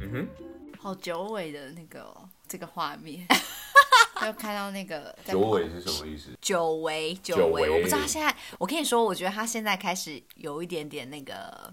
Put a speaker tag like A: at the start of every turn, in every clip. A: 嗯
B: 好久违的那个哦、这个 画面，又看到那个
A: 哼，
B: 在
A: 九尾是什么意思？
B: 久违久
A: 久
B: 违，
A: 违
B: 我不知道他现在，我跟你说，我觉得他现在开始有一点点那个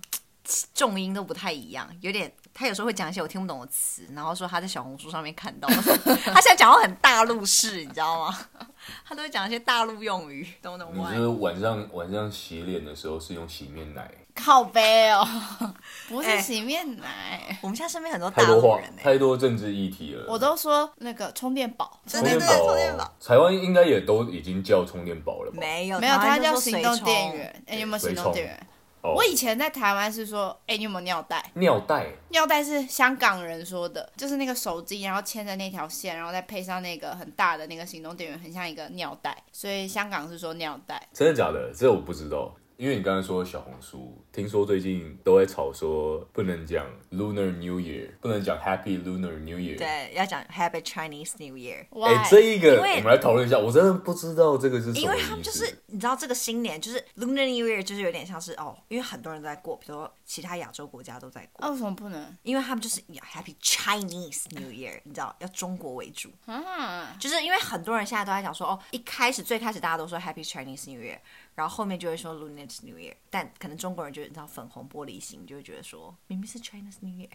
B: 重音都不太一样，有点他有时候会讲一些我听不懂的词，然后说他在小红书上面看到 的，他现在讲话很大陆式，你知道吗？ 他都会讲一些大陆用语，懂不懂
A: 你
B: 我？
A: 是晚上晚上洗脸的时候是用洗面奶，
C: 靠背哦， 不
B: 哎
C: 是洗面奶，
A: 哎
B: 我们现在身边很多大
A: 太多
B: 陆
A: 话
B: 人呢、欸
A: 太多政治议题了。
C: 我都说那个充电宝，
B: 对
A: 充
B: 对
A: 电
B: 对，
A: 宝，哦
B: 充电宝
A: 台湾应该也都已经叫充电宝了吧？
B: 没有
C: 没有，
B: 台湾
C: 它
B: 就
C: 叫
B: 说
C: 行
B: 随
C: 动
B: 充
C: 电源。哎，你有没有
A: 随
C: 行
A: 充
C: 动电源？
A: 哦
C: 我以前在台湾是说，哎，你有没有尿袋？
A: 尿袋，
C: 尿袋是香港人说的，就是那个手机，然后牵着那条线，然后再配上那个很大的那个行动电源，很像一个尿袋，所以香港是说尿袋。
A: 真的假的？这我不知道，因为你刚才说小红书，听说最近都在吵说不能讲 Lunar New Year，不能讲 Happy Lunar New Year。
B: 对，要讲 Happy Chinese New Year。
C: 哇、
A: 哎、这一个
B: 因为
A: 我们来讨论一下，我真的不知道这个是什么意思。
B: 因为他们就是你知道这个新年就是 Lunar New Year，就是有点像是哦，因为很多人都在过，比如说其他亚洲国家都在过，
C: 啊，为什么不能
B: 因为他们就是以 Happy Chinese New Year，你知道要中国为主，
C: 啊？
B: 就是因为很多人现在都在讲说哦，一开始最开始大家都说 Happy Chinese New Year，然后后面就会说 Lunar New Year，但可能中国人就是你知道粉红玻璃心，就会觉得说明明是 Chinese New Year，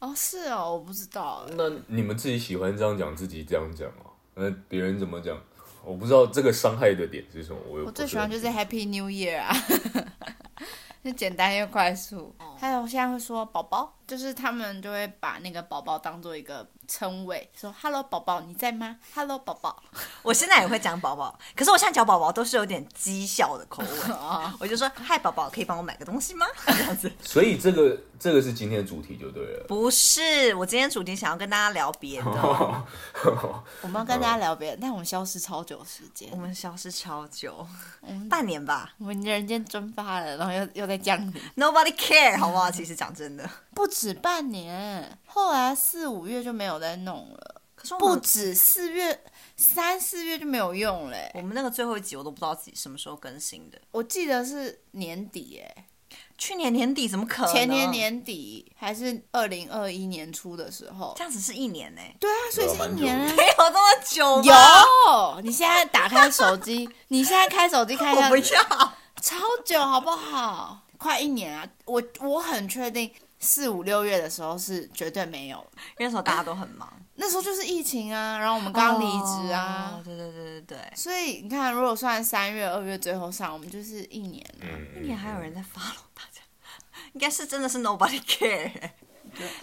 C: 哦，是哦，我不知道。
A: 那你们自己喜欢这样讲，自己这样讲啊？那别人怎么讲？我不知道这个伤害的点是什么。我也
C: 我
A: 不
C: 最
A: 很
C: 喜欢就是 Happy New Year 啊， 就简单又快速。还有现在会说宝宝，就是他们就会把那个宝宝当做一个称谓，说 Hello 宝宝你在吗？Hello 宝宝，
B: 我现在也会讲宝 宝，可是我现在讲宝宝都是有点讥笑的口吻，我就说嗨宝宝，可以帮我买个东西 吗？这样子。
A: 所以这个这个是今天的主题就对了。
B: 不是，我今天主题想要跟大家聊别的。
C: 我们要跟大家聊别的，但我们消失超久时间
B: 我，们消失超久，
C: 嗯
B: 半年吧。
C: 我们人间蒸发了，然后又又在降临，
B: Nobody care，好不好？其实讲真的，
C: 不止半年，后来四五月就没有再弄了，
B: 可是我
C: 不
B: 们
C: 止四月三四月就没有用了欸、
B: 我们那个最后一集我都不知道自己什么时候更新的。
C: 我记得是年底哎、
B: 去年年底怎么可能？
C: 前年年底还是二零二一年初的时候
B: 这，样子是一年呢、
C: 对啊，所以是啊一年啊。
B: 没有那么久吧。
C: 有，你现在打开手机， 你现在开手机看一
B: 我不
C: 下，
B: 要。
C: 超久好不好？快一年啊！我我很确定四五六月的时候是绝对没有，
B: 那时候大家都很忙，
C: 那时候就是疫情啊，然后我们刚离职啊
B: 哦对对对对对。
C: 所以你看，如果算三月、二月最后上，我们就是一年了。
A: 嗯，
B: 一年还有人在 follow 大家，应该是真的是 nobody care 欸。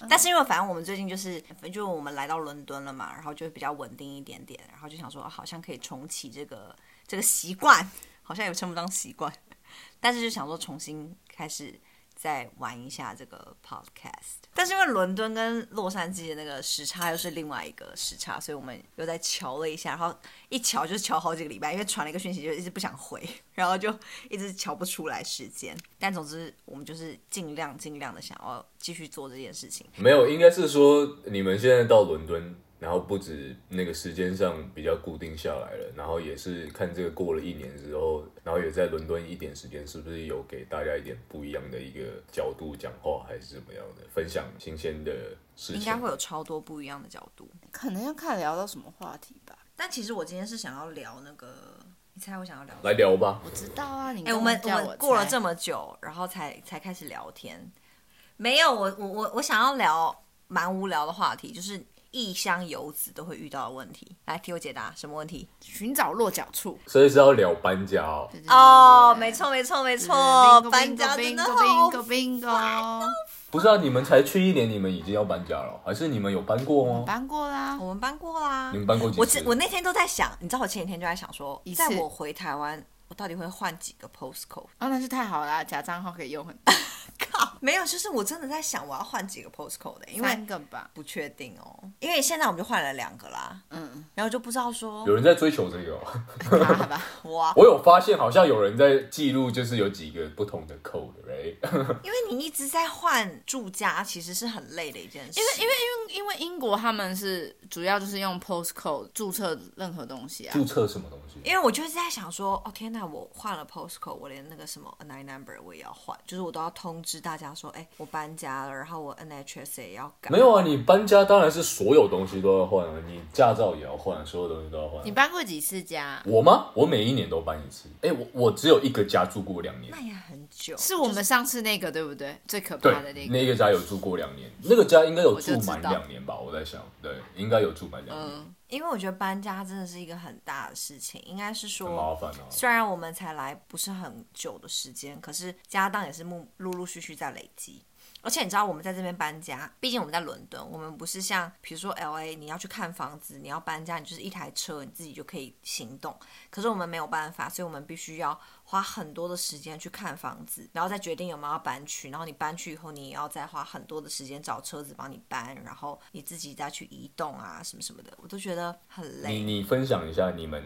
B: 但是因为反正我们最近就是，就我们来到伦敦了嘛，然后就比较稳定一点点，然后就想说，哦好像可以重启这个这个习惯，好像也称不上习惯，但是就想说重新开始再玩一下这个 podcast。但是因为伦敦跟洛杉矶的那个时差又是另外一个时差，所以我们又在瞧了一下，然后一瞧就是瞧好几个礼拜，因为传了一个讯息就一直不想回，然后就一直瞧不出来时间。但总之，我们就是尽量尽量的想要继续做这件事情。
A: 没有，应该是说你们现在到伦敦，然后不止那个时间上比较固定下来了，然后也是看这个过了一年之后，然后也在伦敦一点时间，是不是有给大家一点不一样的一个角度讲话，还是怎么样的，分享新鲜的事情？
B: 应该会有超多不一样的角度。
C: 可能要看聊到什么话题吧。
B: 但其实我今天是想要聊那个，你猜我想要聊什么？
A: 来聊吧。
C: 我知道啊，你
B: 哎、
C: 跟
B: 我们
C: 叫我
B: 们过了
C: 猜
B: 这么久，然后才才开始聊天。没有，我我我我想要聊蛮无聊的话题，就是异乡游子都会遇到的问题。来替我解答什么问题？
C: 寻找落脚处。
A: 所以是要聊搬家哦。
B: 哦，没错没错没错，搬家真的好哦
C: bingo bingo，
A: 不是啊，你们才去一年，你们已经要搬家了，还是你们有搬过吗？
C: 搬过啦。
B: 我们搬过啦，
A: 你们搬过几
B: 啊我
A: 嗯次
B: 我那天都在想，你知道我前几天就在想说
C: 一，次
B: 在我回台湾，我到底会换几个 postcode？
C: 哦，那就太好啦，假账号可以用很多。
B: 靠，没有，就是我真的在想我要换几个 postcode，、欸、因为
C: 三个吧。
B: 不确定哦，因为现在我们就换了两个啦，嗯，然后就不知道说啊
A: 有人在追求这个、 哦，
C: 好吧好 吧，
B: 哇，
A: 我有发现好像有人在记录，就是有几个不同的 code，right？
B: 因为你一直在换住家，其实是很累的一件事，
C: 因为因为因为因为英国他们是主要就是用 postcode 注册任何东西啊
A: 注，册什么东西？
B: 因为我就是在想说，哦天哪，我换了 postcode，我连那个什么 n i number 我也要换，就是我都要通知大家说，哎、我搬家了，然后我 NHS 也要改。
A: 没有啊，你搬家当然是所有东西都要换啊，你驾照也要换，所有东西都要换啊
C: 你。搬过几次家？
A: 我吗？我每一年都搬一次。哎、我我只有一个家住过两年
B: 那，也很久，
C: 是我们上次那个对不对？最可
A: 对
C: 怕的那，个。
A: 那个家有住过两年，那个家应该有
C: 我就
A: 住
C: 知
A: 满
C: 道
A: 两年吧？我在想，对，应该有住满两年，
C: 嗯，
B: 因为我觉得搬家真的是一个很大的事情，应该是
A: 很麻
B: 呃说。
A: 烦啊。
B: 虽然我们才来不是很久的时间，可是家当也是陆陆陆续续在累积。而且你知道我们在这边搬家，毕竟我们在伦敦，我们不是像比如说 L A，你要去看房子，你要搬家，你就是一台车，你自己就可以行动。可是我们没有办法，所以我们必须要花很多的时间去看房子，然后再决定有没有要搬去。然后你搬去以后，你也要再花很多的时间找车子帮你搬，然后你自己再去移动啊什么什么的，我都觉得很
A: 你
B: 累。
A: 你分享一下你们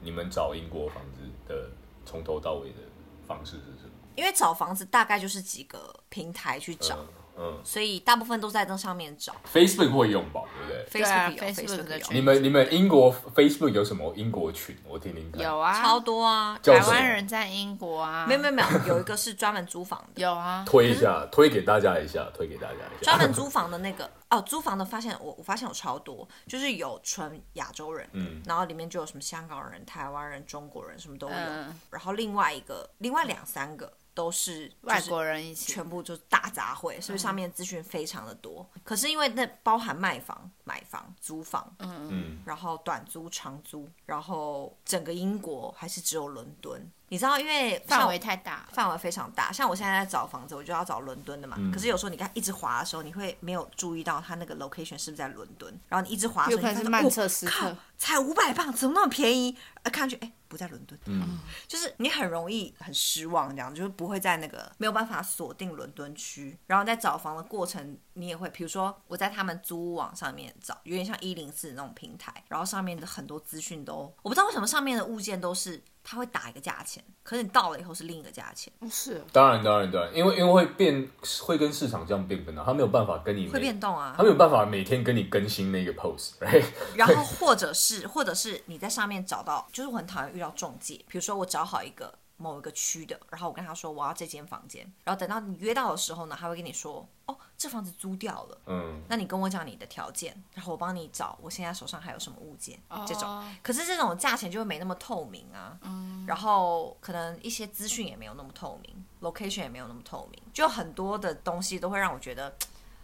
A: 你们找英国房子的从头到尾的方式是什么？
B: 因为找房子大概就是几个平台去找，
A: 嗯
B: 所以大部分都在那上面找。
A: ，Facebook 会用吧，对不对？
C: 对啊
B: Facebook 有
C: Facebook 的
B: 有
C: 群
A: 你们你们英国 Facebook 有什么英国群？我听听看。
C: 有啊，
B: 超多啊，
A: 叫
C: 台
A: 什么
C: 湾人在英国啊，
B: 没有没有没有，有一个是专门租房 的，
C: 有啊，
A: 推一下，推给大家一下，推给大家一
B: 专
A: 下。
B: 门租房的那个哦，租房的发现我我发现有超多，就是有纯亚洲人，
A: 嗯，
B: 然后里面就有什么香港人、台湾人、中国人什么都有，
C: 嗯
B: 然后另外一个另外两三个都是、就是、
C: 外国人一起，
B: 全部就是大杂烩，所以上面资讯非常的多。可是因为那包含卖房、买房、租房，
A: 嗯，
B: 然后短租、长租，然后整个英国还是只有伦敦。你知道，因为像
C: 范围太大了，
B: 范围非常大，像我现在在找房子，我就要找伦敦的嘛。可是有时候你看一直滑的时候，你会没有注意到它那个 location 是不是在伦敦，然后你一直滑的时
C: 有
B: 候，
C: 可能
B: 你
C: 是
B: 就发
C: 曼
B: 现
C: 彻斯
B: 哦
C: 特
B: 靠，才五百磅，怎么那么便宜？呃，看上去哎不在伦敦，嗯，就是你很容易很失望，这样就是不会在那个没有办法锁定伦敦区，然后在找房的过程，你也会，比如说我在他们租屋网上面找，有点像一零四那种平台，然后上面的很多资讯都，我不知道为什么上面的物件都是它会打一个价钱，可是你到了以后是另一个价钱。
C: 不哦是
A: 当然当然当然，因为因为会变，会跟市场这样变更的，啊他没有办法跟你
B: 会
A: 每
B: 变动啊
A: 他，没有办法每天跟你更新那个 post，right？
B: 然后或者是或者是你在上面找到，就是我很讨厌遇到中介，比如说我找好一个某一个区的，然后我跟他说我要这间房间，然后等到你约到的时候呢，他会跟你说哦这房子租掉了，
A: 嗯，
B: 那你跟我讲你的条件，然后我帮你找我现在手上还有什么物件、这种，
C: 哦
B: 可是这种价钱就会没那么透明啊，
C: 嗯
B: 然后可能一些资讯也没有那么透明，location 也没有那么透明，就很多的东西都会让我觉得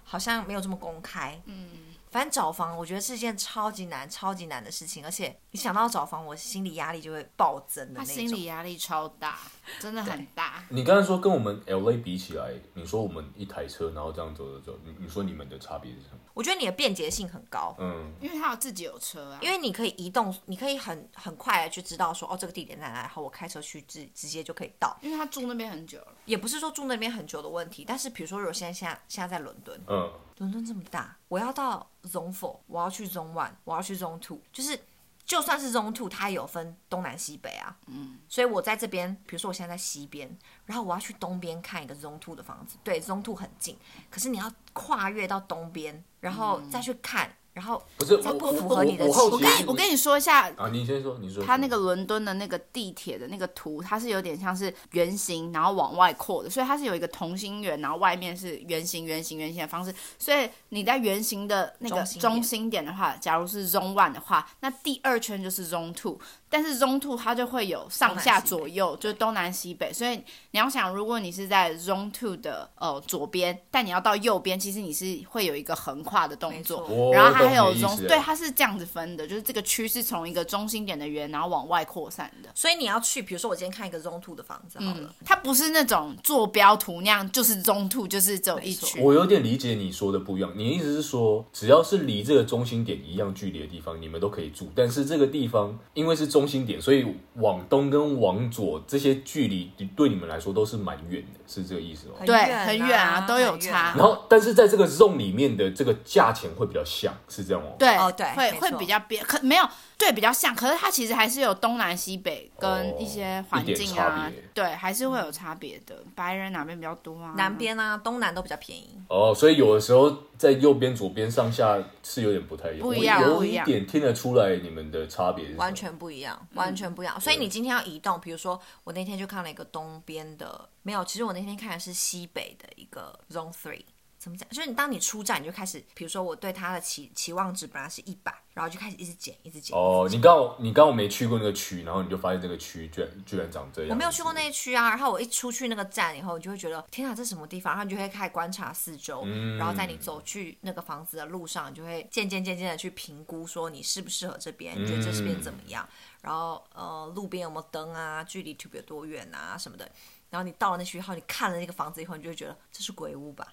B: 好像没有这么公开，
C: 嗯
B: 反正找房，我觉得是件超级难、超级难的事情，而且你想到找房，我心理压力就会暴增的
C: 他
B: 那种。
C: 啊心理压力超大，真的很大。
A: 你刚才说跟我们 LA 比起来，你说我们一台车，然后这样走走走，你你说你们的差别是什么？
B: 我觉得你的便捷性很
C: 啊
B: 高，
A: 嗯，
C: 因为他有自己有车啊，
B: 因为你可以移动，你可以很很快的就知道说，哦，这个地点在哪，然后我开车去直直接就可以到。
C: 因为他住那边很久了，
B: 也不是说住那边很久的问题，但是比如说，如果现在现在现在在伦敦，
A: 嗯，
B: 伦敦这么大，我要到 Zone Four，我要去 Zone One，我要去 Zone Two，就是就算是 Zone Two，它也有分东南西北啊。嗯，所以我在这边，比如说我现在在西边，然后我要去东边看一个 Zone Two 的房子，对，Zone Two 很近，可是你要跨越到东边，然后再去看，然后
A: 不是
B: 这
A: 我
B: 不
A: 我
B: 符合你的
A: 我我好
B: 习
A: 奇
B: 惯
A: 是
C: 我跟你说一下，
A: 啊，你先说，你说
C: 它那个伦敦的那个地铁的那个图，它是有点像是圆形，然后往外扩的，所以它是有一个同心圆，然后外面是圆形、圆形、圆形的方式。所以你在圆形的那个
B: 中心点
C: 中心点的话，假如是 Zone One 的话，那第二圈就是 Zone Two，但是 Zone Two 它就会有上下左右，就是东南西北。所以你要想，如果你是在 Zone Two 的呃左边，但你要到右边，其实你是会有一个横跨的动作
B: 没错。
A: 我
C: 然后它
A: 哦懂
C: 还有
A: 你的意
C: 中，
A: 思
C: 对，它是这样子分的，就是这个区是从一个中心点的圆，然后往外扩散的。嗯
B: 所以你要去，比如说我今天看一个 Zone Two 的房子好了，
C: 它不是那种坐标图那样，就是中途就是只有一
B: 没
C: 区。
A: 我有点理解你说的不一样，你的意思是说，只要是离这个中心点一样距离的地方，你们都可以住，但是这个地方因为是中中心点，所以往东跟往左这些距离对你们来说都是蛮远的，是这个意思吗？
C: 对
B: 远
C: 很远啊都有
B: 很远
C: 差
A: 然后，但是在这个 zone 里面的这个价钱会比较像，是这样吗？
C: 对，
B: 哦对
C: 会
B: 没
C: 会
B: 错
C: 比较别，可没有对比较像，可是它其实还是有东南西北跟一些环
A: 哦
C: 境
A: 一点差
C: 啊，
A: 别
C: 对，还是会有差别的。白人哪边比较多啊？
B: 嗯南边啊，东南都比较便宜。
A: 哦，所以有的时候在右边、左边、上下是有点不太一样，
C: 不一样
A: 我有
C: 不一
A: 一
C: 样
A: 点听得出来你们的差别是什么
B: 完全不一样，完全不一样。所以你今天要移动，比如说我那天就看了一个东边的，没有，其实我那天看的是西北的一个 Zone Three。怎么讲？就是你当你出站，你就开始，比如说我对它的期期望值本来是一百，然后就开始一直减，一直减。
A: 哦，你刚好你刚好没去过那个区，然后你就发现这个区居然居然长这样。
B: 我没有去过那一区啊，然后我一出去那个站以后，你就会觉得天啊，这什么地方？然后你就会开始观察四周，
A: 嗯
B: 然后在你走去那个房子的路上，你就会渐渐渐渐的去评估说你适不适合这边，
A: 嗯
B: 你觉得这边怎么样？然后呃，路边有没有灯啊？距离特别多远啊什么的。然后你到了那区以后，你看了那个房子以后，你就会觉得这是 鬼屋吧？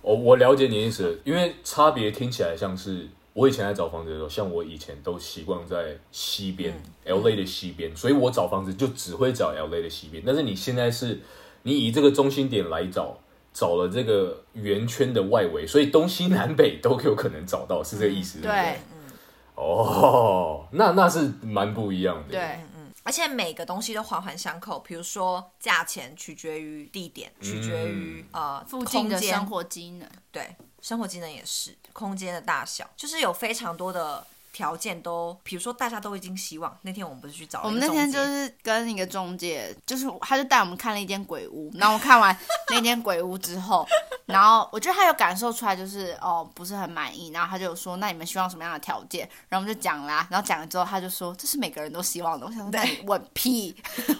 A: 我哦我了解你的意思，因为差别听起来像是我以前在找房子的时候，像我以前都习惯在西边、l
C: 嗯
A: A 的西边，所以我找房子就只会找 L A 的西边。但是你现在是，你以这个中心点来找，找了这个圆圈的外围，所以东西南北都有可能找到，是这个意思？对不
C: 嗯对
A: 对。哦，那那是蛮不一样的。
C: 对，
B: 而且每个东西都环环相扣，比如说价钱取决于地点，取决于、
A: 嗯
B: 呃
C: 附近的
B: 空间
C: 生活机能，
B: 对，生活技能也是，空间的大小，就是有非常多的条件都，比如说大家都已经希望。那天我们不是去找了
C: 我
B: 一
C: 们
B: 个
C: 那
B: 哦中
C: 天
B: 介，
C: 就是跟一个中介，就是他就带我们看了一间鬼屋，然后我看完那间鬼屋之后，然后我觉得他有感受出来，就是哦不是很满意，然后他就说那你们希望什么样的条件？然后我们就讲啦，然后讲了之后他就说这是每个人都希望的，我想说那你问屁，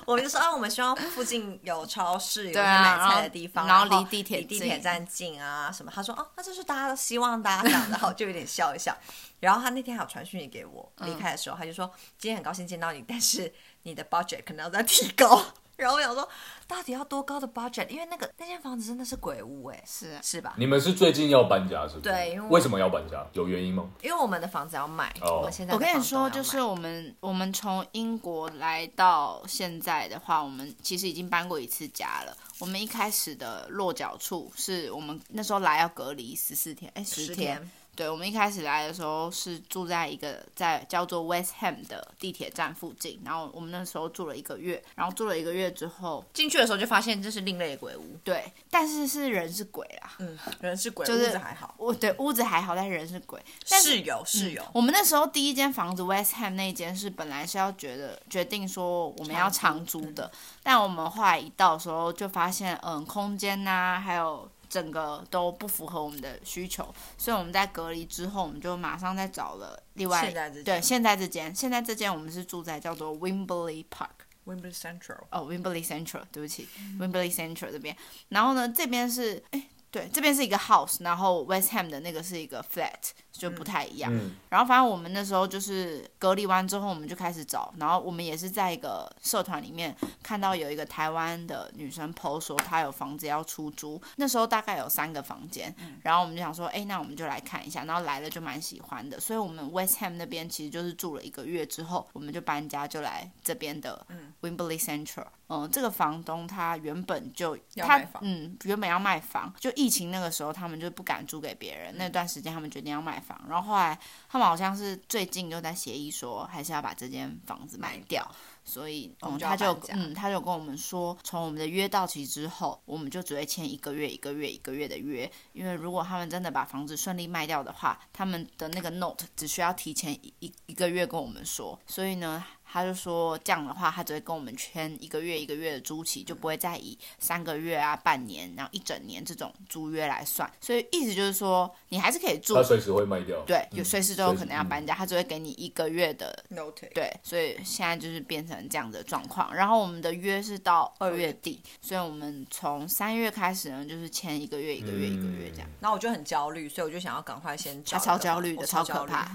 B: 我们就说啊，我们希望附近有超市，有
C: 对啊
B: 买
C: 然
B: 菜
C: 后
B: 的地方，
C: 然
B: 然
C: 后离地
B: 地
C: 铁
B: 地
C: 近
B: 铁站近啊什么。他说哦，那就是大家都希望啊大家这样，然后就有点笑一笑。然后他那天还有传讯息给我，
C: 嗯
B: 离开的时候他就说今天很高兴见到你，但是你的 budget 可能要再提高。 然后我想说，到底要多高的 budget？因为那个那间房子真的是鬼屋哎、
C: 是啊
B: 是吧？
A: 你们是最近要搬家是不是？
B: 对因为我
A: 为什么要搬家？有原因吗？
B: 因为我们的房子要卖，
A: 哦
B: 我们现在
C: 我
B: 的
C: 跟你
B: 房东
C: 说，
B: 要
C: 就
B: 卖
C: 是我们我们从英国来到现在的话，我们其实已经搬过一次家了。我们一开始的落脚处是我们那时候来要隔离十四天，哎，
B: 十
C: 十
B: 天。
C: 对，我们一开始来的时候是住在一个在叫做 West Ham 的地铁站附近，然后我们那时候住了一个月，然后住了一个月之后，
B: 进去的时候就发现这是另类的鬼屋，
C: 对，但是是人是鬼啦，
B: 嗯，人是嗯鬼，
C: 就是
B: 屋子还好，
C: 我对屋子还好，但是人是鬼，但是
B: 室友室友，
C: 嗯我们那时候第一间房子 West Ham 那一间是本来是要觉得决定说我们要长租的，但我们后来一到的时候就发现，嗯，空间呐、还有整个都不符合我们的需求，所以我们在隔离之后，我们就马上再找了另外
B: 现在这间
C: 对现在这间，现在这间我们是住在叫做 Wimbley Park。
B: Wimbledon Central
C: 哦，Wimberley Central，对不起，Wimberley Central 这边。然后呢，这边是哎，对，这边是一个 house，然后 West Ham 的那个是一个 flat，就不太一样。
A: 嗯
C: 然后反正我们那时候就是隔离完之后，我们就开始找，然后我们也是在一个社团里面看到有一个台湾的女生 PO 说她有房子要出租，那时候大概有三个房间，
B: 嗯
C: 然后我们就想说，哎，那我们就来看一下，然后来了就蛮喜欢的，所以我们 West Ham 那边其实就是住了一个月之后，我们就搬家就来这边的 Wimberley Central，嗯、这个房东他原本就
B: 要
C: 他
B: 卖房
C: 嗯原本要卖房，就疫情那个时候他们就不敢租给别人，那段时间他们决定要卖房，然后后来他们好像是最近就在协议说还是要把这间房子卖掉，所以
B: 我
C: 嗯
B: 们就要
C: 他就
B: 搬家
C: 嗯他就跟我们说，从我们的约到期之后，我们就只会签一个月一个月一个月的约，因为如果他们真的把房子顺利卖掉的话，他们的那个 note 只需要提前一一一个月跟我们说，所以呢，他就说这样的话，他只会跟我们签一个月一个月的租期，就不会再以三个月啊、半年，然后一整年这种租约来算。所以意思就是说，你还是可以住
A: 它，随时会卖掉。
C: 对，有随时都有可能要
A: 嗯
C: 搬家，他只会给你一个月的
B: Noted，
C: 对，所以现在就是变成这样的状况。然后我们的约是到二月底，所以我们从三月开始呢，就是签一个月、一个月、一个月这样。
B: 然后我就很焦虑，所以我就想要赶快先
C: 他
B: 找一个
C: 超
B: 房
C: 焦虑
B: 我
C: 的，
B: 超
C: 超可
B: 虑
C: 怕。，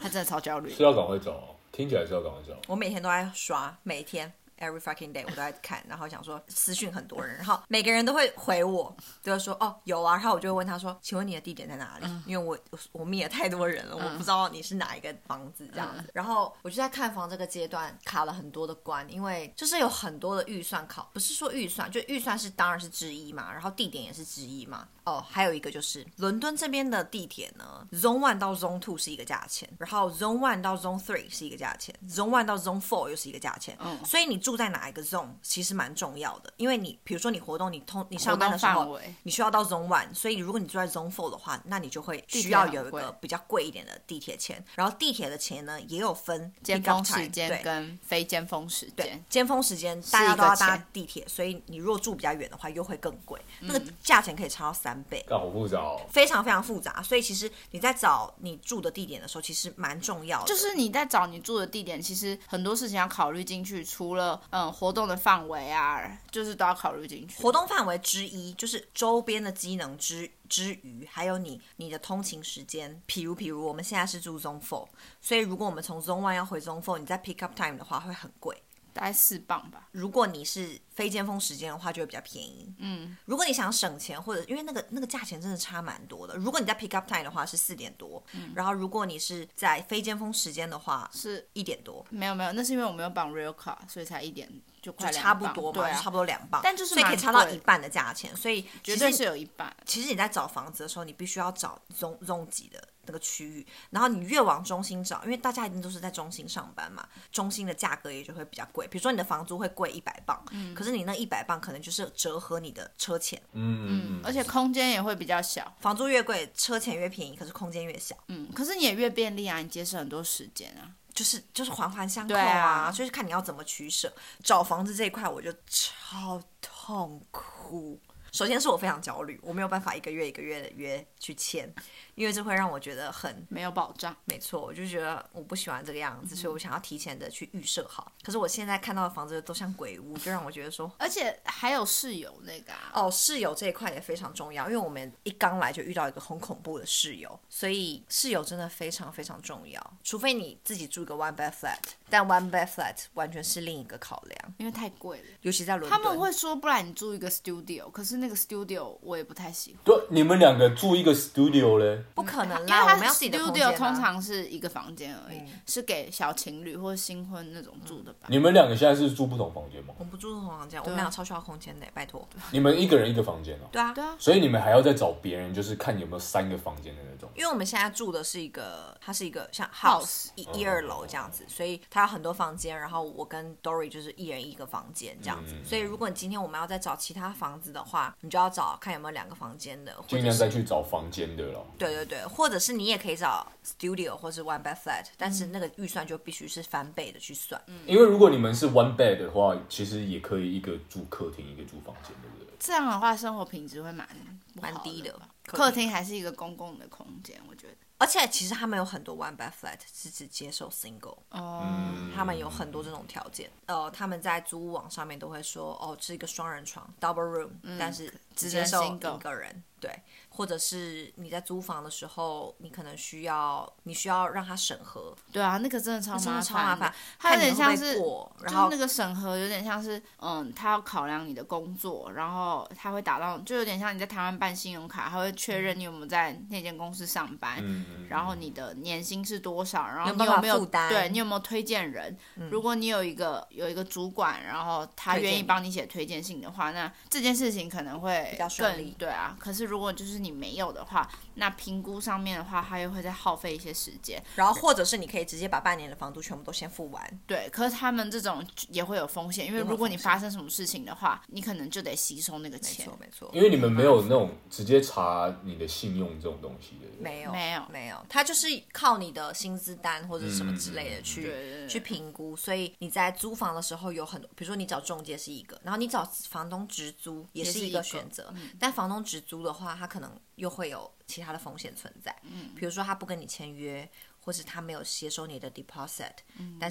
C: 他真的超焦虑
A: 是。要赶快找哦，听起来是要赶快找。
B: 我每天都在刷，每天 every fucking day 我都在看，然后想说私讯很多人，然后每个人都会回我，就会说哦有啊，然后我就会问他说，请问你的地点在哪里？因为我我灭了太多人了，我不知道你是哪一个房子这样
C: 嗯
B: 子。然后我就在看房这个阶段卡了很多的关，因为就是有很多的预算考，不是说预算，就预算是当然是之一嘛，然后地点也是之一嘛。哦，还有一个就是伦敦这边的地铁呢，Zone One 到 Zone Two 是一个价钱，然后 Zone One 到 Zone Three 是一个价钱，Zone One 到 Zone Four 又是一个价钱。
C: 嗯
B: 所以你住在哪一个 Zone 其实蛮重要的，因为你比如说你活动，你通你上班的时
C: 活动
B: 候
C: 范围，
B: 你需要到 Zone One，所以如果你住在 Zone Four 的话，那你就会
C: 铁
B: 需要有一
C: 很贵
B: 个比较贵一点的地铁钱，然后地铁的钱呢也有分
C: 尖
B: pick up
C: 峰时
B: time，对
C: 间跟非尖峰时
B: 对
C: 间，，
B: 尖峰时间
C: 一
B: 大
C: 个
B: 家都要搭
C: 钱
B: 地铁，所以你如果住比较远的话，又会更贵，那个价钱可以差到三倍。
A: 干好复杂哦。
B: 非常非常复杂，所以其实你在找你住的地点的时候，其实蛮重要的。
C: 就是你在找你住的地点，其实很多事情要考虑进去，除了嗯活动的范围啊，就是都要考虑进去。
B: 活动范围之一，就是周边的机能之之余，还有你你的通勤时间。譬如譬如我们现在是住 Zone Four，所以如果我们从 Zone One 要回 Zone Four，你在 pick up time 的话会很贵。
C: 大概四磅吧，
B: 如果你是非尖峰时间的话，就会比较便宜。嗯，如果你想省钱，或者因为那个那个价钱真的差蛮多的。如果你在 pick up time 的话是四点多，
C: 嗯
B: 然后如果你是在非尖峰时间的话
C: 是
B: 一点多，
C: 没有没有，那是因为我没有绑 real car，所以才一点就
B: 就
C: 快
B: 差
C: 两
B: 不
C: 磅
B: 多嘛，
C: 对
B: 就
C: 啊
B: 差，不多两磅，
C: 但就是
B: 所以可以
C: 蛮
B: 差到
C: 贵
B: 一半的价钱，所以其
C: 绝
B: 实
C: 对是有一半。
B: 其实你在找房子的时候，你必须要找中中级的那个区域，然后你越往中心找，因为大家一定都是在中心上班嘛，中心的价格也就会比较贵。比如说你的房租会贵一百
C: 嗯
B: 磅，可是你那一百磅可能就是折合你的车钱，
A: 嗯，
C: 而且空间也会比较小，
B: 房租越贵，车钱越便宜，可是空间越小，
C: 嗯，可是你也越便利啊，你节省很多时间啊。
B: 就是就是环环相扣
C: 对啊
B: 就是看你要怎么取舍。找房子这一块，我就超痛苦。首先是我非常焦虑，我没有办法一个月一个月的约去签，因为这会让我觉得很
C: 没有保障，
B: 没错，我就觉得我不喜欢这个样子，所
C: 嗯
B: 以我想要提前的去预设好。可是我现在看到的房子都像鬼屋，就让我觉得说，
C: 而且还有室友那个啊，
B: 哦，室友这一块也非常重要，因为我们一刚来就遇到一个很恐怖的室友，所以室友真的非常非常重要。除非你自己住一个 one bed flat，但 one bed flat 完全是另一个考量，
C: 因为太贵了。
B: 尤其在伦敦。
C: 他们会说，不然你住一个 studio，可是那个 studio 我也不太喜欢，
A: 对，你们两个住一个 studio 嘞？
B: 不可能
C: 嗯因为
B: 啦，我
C: 它
B: 们要自己的空间、啊。嗯
C: studio 通常是一个房间而已，是给小情侣或新婚那种住的吧。
A: 你们两个现在是住不同房间吗？
B: 我们不住同房
C: 啊
B: 间，我们俩超需要空间的，拜托。
A: 你们一个人一个房间哦、
B: 对啊，
C: 对啊，
A: 所以你们还要再找别人，就是看有没有三个房间的那种。
B: 因为我们现在住的是一个，它是一个像
C: House
B: house 一一二楼这样子，所以它有很多房间。然后我跟 Dory 就是一人一个房间这样子。所以如果你今天我们要再找其他房子的话，你就要找看有没有两个房间的，或
A: 尽
B: 者
A: 量再
B: 是
A: 去找房间的咯。
B: 对对对，或者是你也可以找 studio 或是 one bed flat，但
C: 嗯
B: 是那个预算就必须是翻倍的去算。
A: 因为如果你们是 one bed 的话，其实也可以一个住客厅，一个住房间，对不对？
C: 这样的话生活品质会蛮不好
B: 蛮低的
C: 的吧。
B: 客
C: 客厅还是一个公共的空间，我觉得。
B: 而且其实他们有很多 one bed flat 是只接受 single，
C: 哦、
A: 嗯
B: 他们有很多这种条件，呃，他们在租屋网上面都会说，哦，是一个双人床 double room，、但
C: 嗯
B: 是只接受
C: 只能
B: 一个人，对，或者是你在租房的时候，你可能需要你需要让他审核，
C: 对啊，那个真的超麻
B: 真
C: 烦
B: 的
C: 的，
B: 超麻烦，
C: 它有
B: 看你
C: 点
B: 会不会
C: 像是
B: 过，然
C: 就是
B: 后
C: 那个审核有点像是，嗯，他要考量你的工作，然后他会打到，就有点像你在台湾办信用卡，他会确认你有没有在那间公司上班，
A: 嗯，
C: 然后你的年薪是多少，然后
B: 有
C: 你
B: 办法
C: 有没有
B: 负担嗯
C: 对你有没有推荐人？如果你有一个有一个主管，然后他
B: 推荐
C: 愿意
B: 你
C: 帮你写推荐信的话，那这件事情可能会
B: 比较顺
C: 更
B: 利
C: 对啊。可是如果就是你没有的话，那评估上面的话，他又会再耗费一些时间。
B: 然后或者是你可以直接把半年的房租全部都先付完，
C: 对，可是他们这种也会有风险，因为
B: 也会有
C: 如果你
B: 风险
C: 发生什么事情的话，你可能就得吸收那个
B: 没
C: 钱
B: 错。没错，
A: 因为你们没有那种直接查你的信用这种东西的。
B: 没有
C: 没有
B: 没有，它就是靠你的薪资单或者什么之类的去、
C: 对对对
B: 去评估，所以你在租房的时候有很多，比如说你找中介是一个，然后你找房东直租也
C: 也
B: 是
C: 是
B: 一
C: 一个嗯
B: 个选择，但房东直租的话，他可能又会有其他的风险存在，嗯，比如说他不跟你签约，或是他没有接收你的 deposit，、但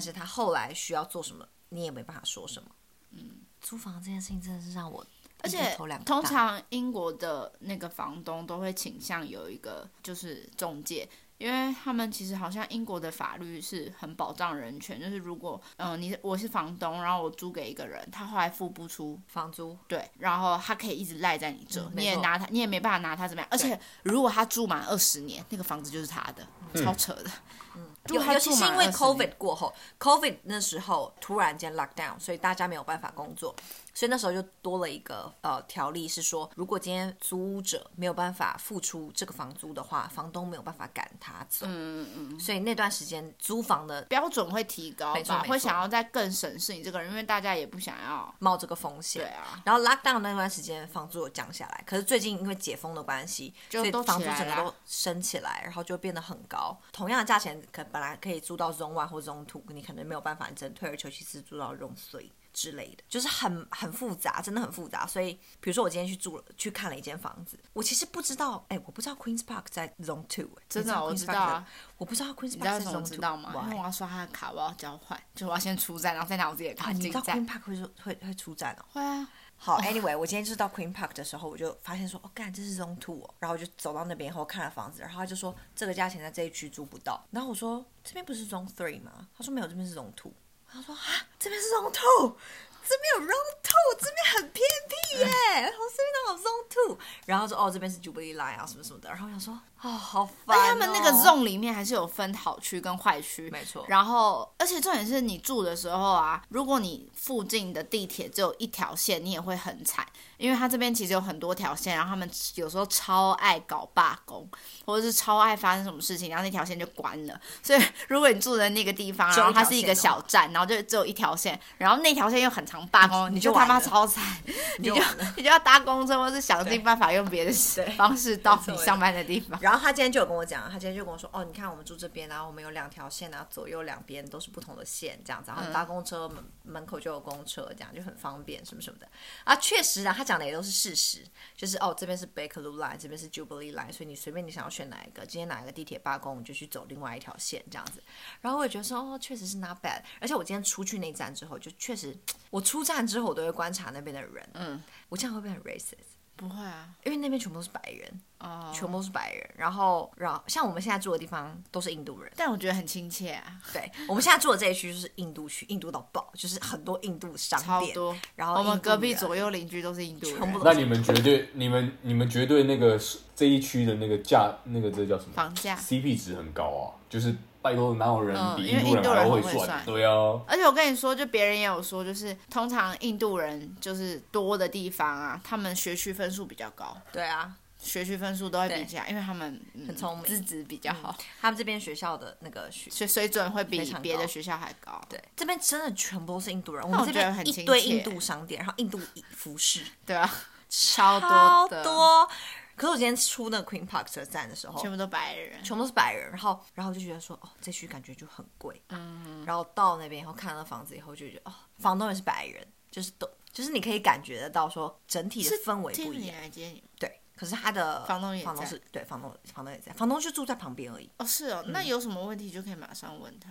C: 嗯
B: 是他后来需要做什么，你也没办法说什么，嗯，租房这件事情真的是让我
C: 而
B: 一
C: 且
B: 头两个
C: 通
B: 大
C: 常英国的那个房东都会倾向有一个就是中介，因为他们其实好像英国的法律是很保障人权，就是如果嗯、呃你我是房东，然后我租给一个人，他后来付不出，
B: 房租
C: 对，然后他可以一直赖在你这，
B: 嗯没
C: 你也
B: 错
C: 拿他，你也没办法拿他怎么样。而且如果他住满二十年，那个房子就是他的，超扯的。嗯，
B: 有，尤其是因为
C: COVID，
B: COVID 过后，COVID 那时候突然间 lock down，所以大家没有办法工作，所以那时候就多了一个呃条例，是说如果今天租者没有办法付出这个房租的话，房东没有办法赶他走。嗯嗯。所以那段时间租房的
C: 标准会提高
B: 没错
C: 吧
B: 没，错
C: 会想要再更审视你这个人，因为大家也不想要。
B: 冒这个风险。
C: 对啊。
B: 然后 lockdown 那段时间房租有降下来，可是最近因为解封的关系，
C: 就
B: 所以
C: 都起
B: 房租
C: 来
B: 整个
C: 啦
B: 都升起来，然后就变得很高。同样的价钱，可本来可以租到 zone one 或 zone two，你可能没有办法，你只能退而求其次租到 zone three 之类的，就是很很复杂，真的很复杂。所以比如说我今天去住了，去看了一间房子，我其实不知道，哎，我不知道 Queens Park 在 zone two，哎
C: 真的啊我
B: 你
C: 知
B: 道 Queen's Park
C: 道啊
B: 在，我不知道 Queens
C: 你知道
B: Park
C: 为
B: 在
C: 什么
B: zone two，
C: 知道吗？因为我
B: Why？
C: 要刷他的卡，我要交换，就我要先出站，然后再拿我自己的卡
B: 啊你
C: 进
B: 知道
C: 站
B: Queen。Park 会说会会出站哦？
C: 会啊，
B: 好，Anyway，我今天就是到 Queen Park 的时候，我就发现说，哦，干，这是 Zone Two，、哦、然后我就走到那边以后看了房子，然后他就说这个价钱在这一区租不到，然后我说这边不是 Zone Three 吗？他说没有，这边是 Zone Two，他说啊，这边是 Zone Two，这边有 Zone Two，这边很偏 僻耶，然后这边哪有 Zone Two？然后说哦，这边是 Jubilee Line 啊，什么什么的，然后我想说，哦，好
C: 而哎
B: 烦、哦，
C: 且他们那个 zone 里面还是有分好区跟坏区，
B: 没错
C: 然后，而且重点是你住的时候啊，如果你附近的地铁只有一条线，你也会很惨，因为它这边其实有很多条线，然后他们有时候超爱搞罢工，或者是超爱发生什么事情，然后那条线就关了。所以，如果你住的那个地方，啊
B: 只有
C: 然后它
B: 一条
C: 是一
B: 线哦
C: 个
B: 的话
C: 小站，然后就只有一条线，然后那条线又很常罢工，
B: 你
C: 你
B: 就
C: 就他
B: 完
C: 妈
B: 了
C: 超惨，你
B: 你就
C: 就
B: 完了
C: 你就要搭公车，或是想尽办法用别的方式到
B: 错
C: 你
B: 没
C: 上班的地方。
B: 然后他今天就有跟我讲，他今天就跟我说，哦，你看我们住这边啊，我们有两条线啊，左右两边都是不同的线，这样子，然后搭公车门门口就有公车，这样就很方便，什么什么的。啊，确实啊，他讲的也都是事实，就是哦，这边是 Bakerloo Line，这边是 Jubilee Line，所以你随便你想要选哪一个，今天哪一个地铁罢工，你就去走另外一条线这样子。然后我也觉得说，哦，确实是 not bad。而且我今天出去那一站之后，就确实，我出站之后我都会观察那边的人，嗯，我这样会不会很 racist？
C: 不会啊，
B: 因为那边全部都是白人，
C: 哦，
B: 全部都是白人，然后然后像我们现在住的地方都是印度人，
C: 但我觉得很亲切啊，
B: 对我们现在住的这一区就是印度区，印度到爆，就是很多印度商
C: 超
B: 店，
C: 多。
B: 然后
C: 我们
B: 印度
C: 隔壁
B: 人
C: 左右邻居都是印度人，
B: 全部都
A: 那你们绝对，你们你们绝对那个是这一区的那个价，那个这叫什么？
C: 房价
A: CP 值很高啊，就是拜托哪有人
C: 嗯
A: 比
C: 因为
A: 印度人
C: 印度人
A: 还要会
C: 很会
A: 算？
C: 算
A: 对啊，
C: 而且我跟你说，就别人也有说，就是通常印度人就是多的地方啊，他们学区分数比较高，
B: 对啊，
C: 学区分数都会
B: 对
C: 比起来，因为他们、嗯
B: 很聪明
C: 资质比较好，
B: 他们这边学校的那个学。
C: 所以水准会比
B: 非常高
C: 别的学校还高。
B: 对，这边真的全部都是印度人，我
C: 那
B: 们
C: 我
B: 这
C: 觉得
B: 边
C: 很
B: 一
C: 亲
B: 堆
C: 切
B: 印度商店，然后印度服饰，
C: 对啊，超
B: 超
C: 多的，
B: 多。可是我今天出那个 Queen Park 车站的时候，
C: 全部都白人，
B: 全部都是白人，然后然后就觉得说，哦，这区感觉就很贵，嗯，然后到那边以后看了房子以后就觉得，哦，房东也是白人，就是都就是你可以感觉得到说整体的氛围不一
C: 你
B: 样，
C: 来接你。
B: 对。可是他的
C: 房东也
B: 房东
C: 在
B: 是对房东房东也在，房东就住在旁边而已。
C: 哦，是
B: 嗯
C: 哦，那有什么问题就可以马上问他。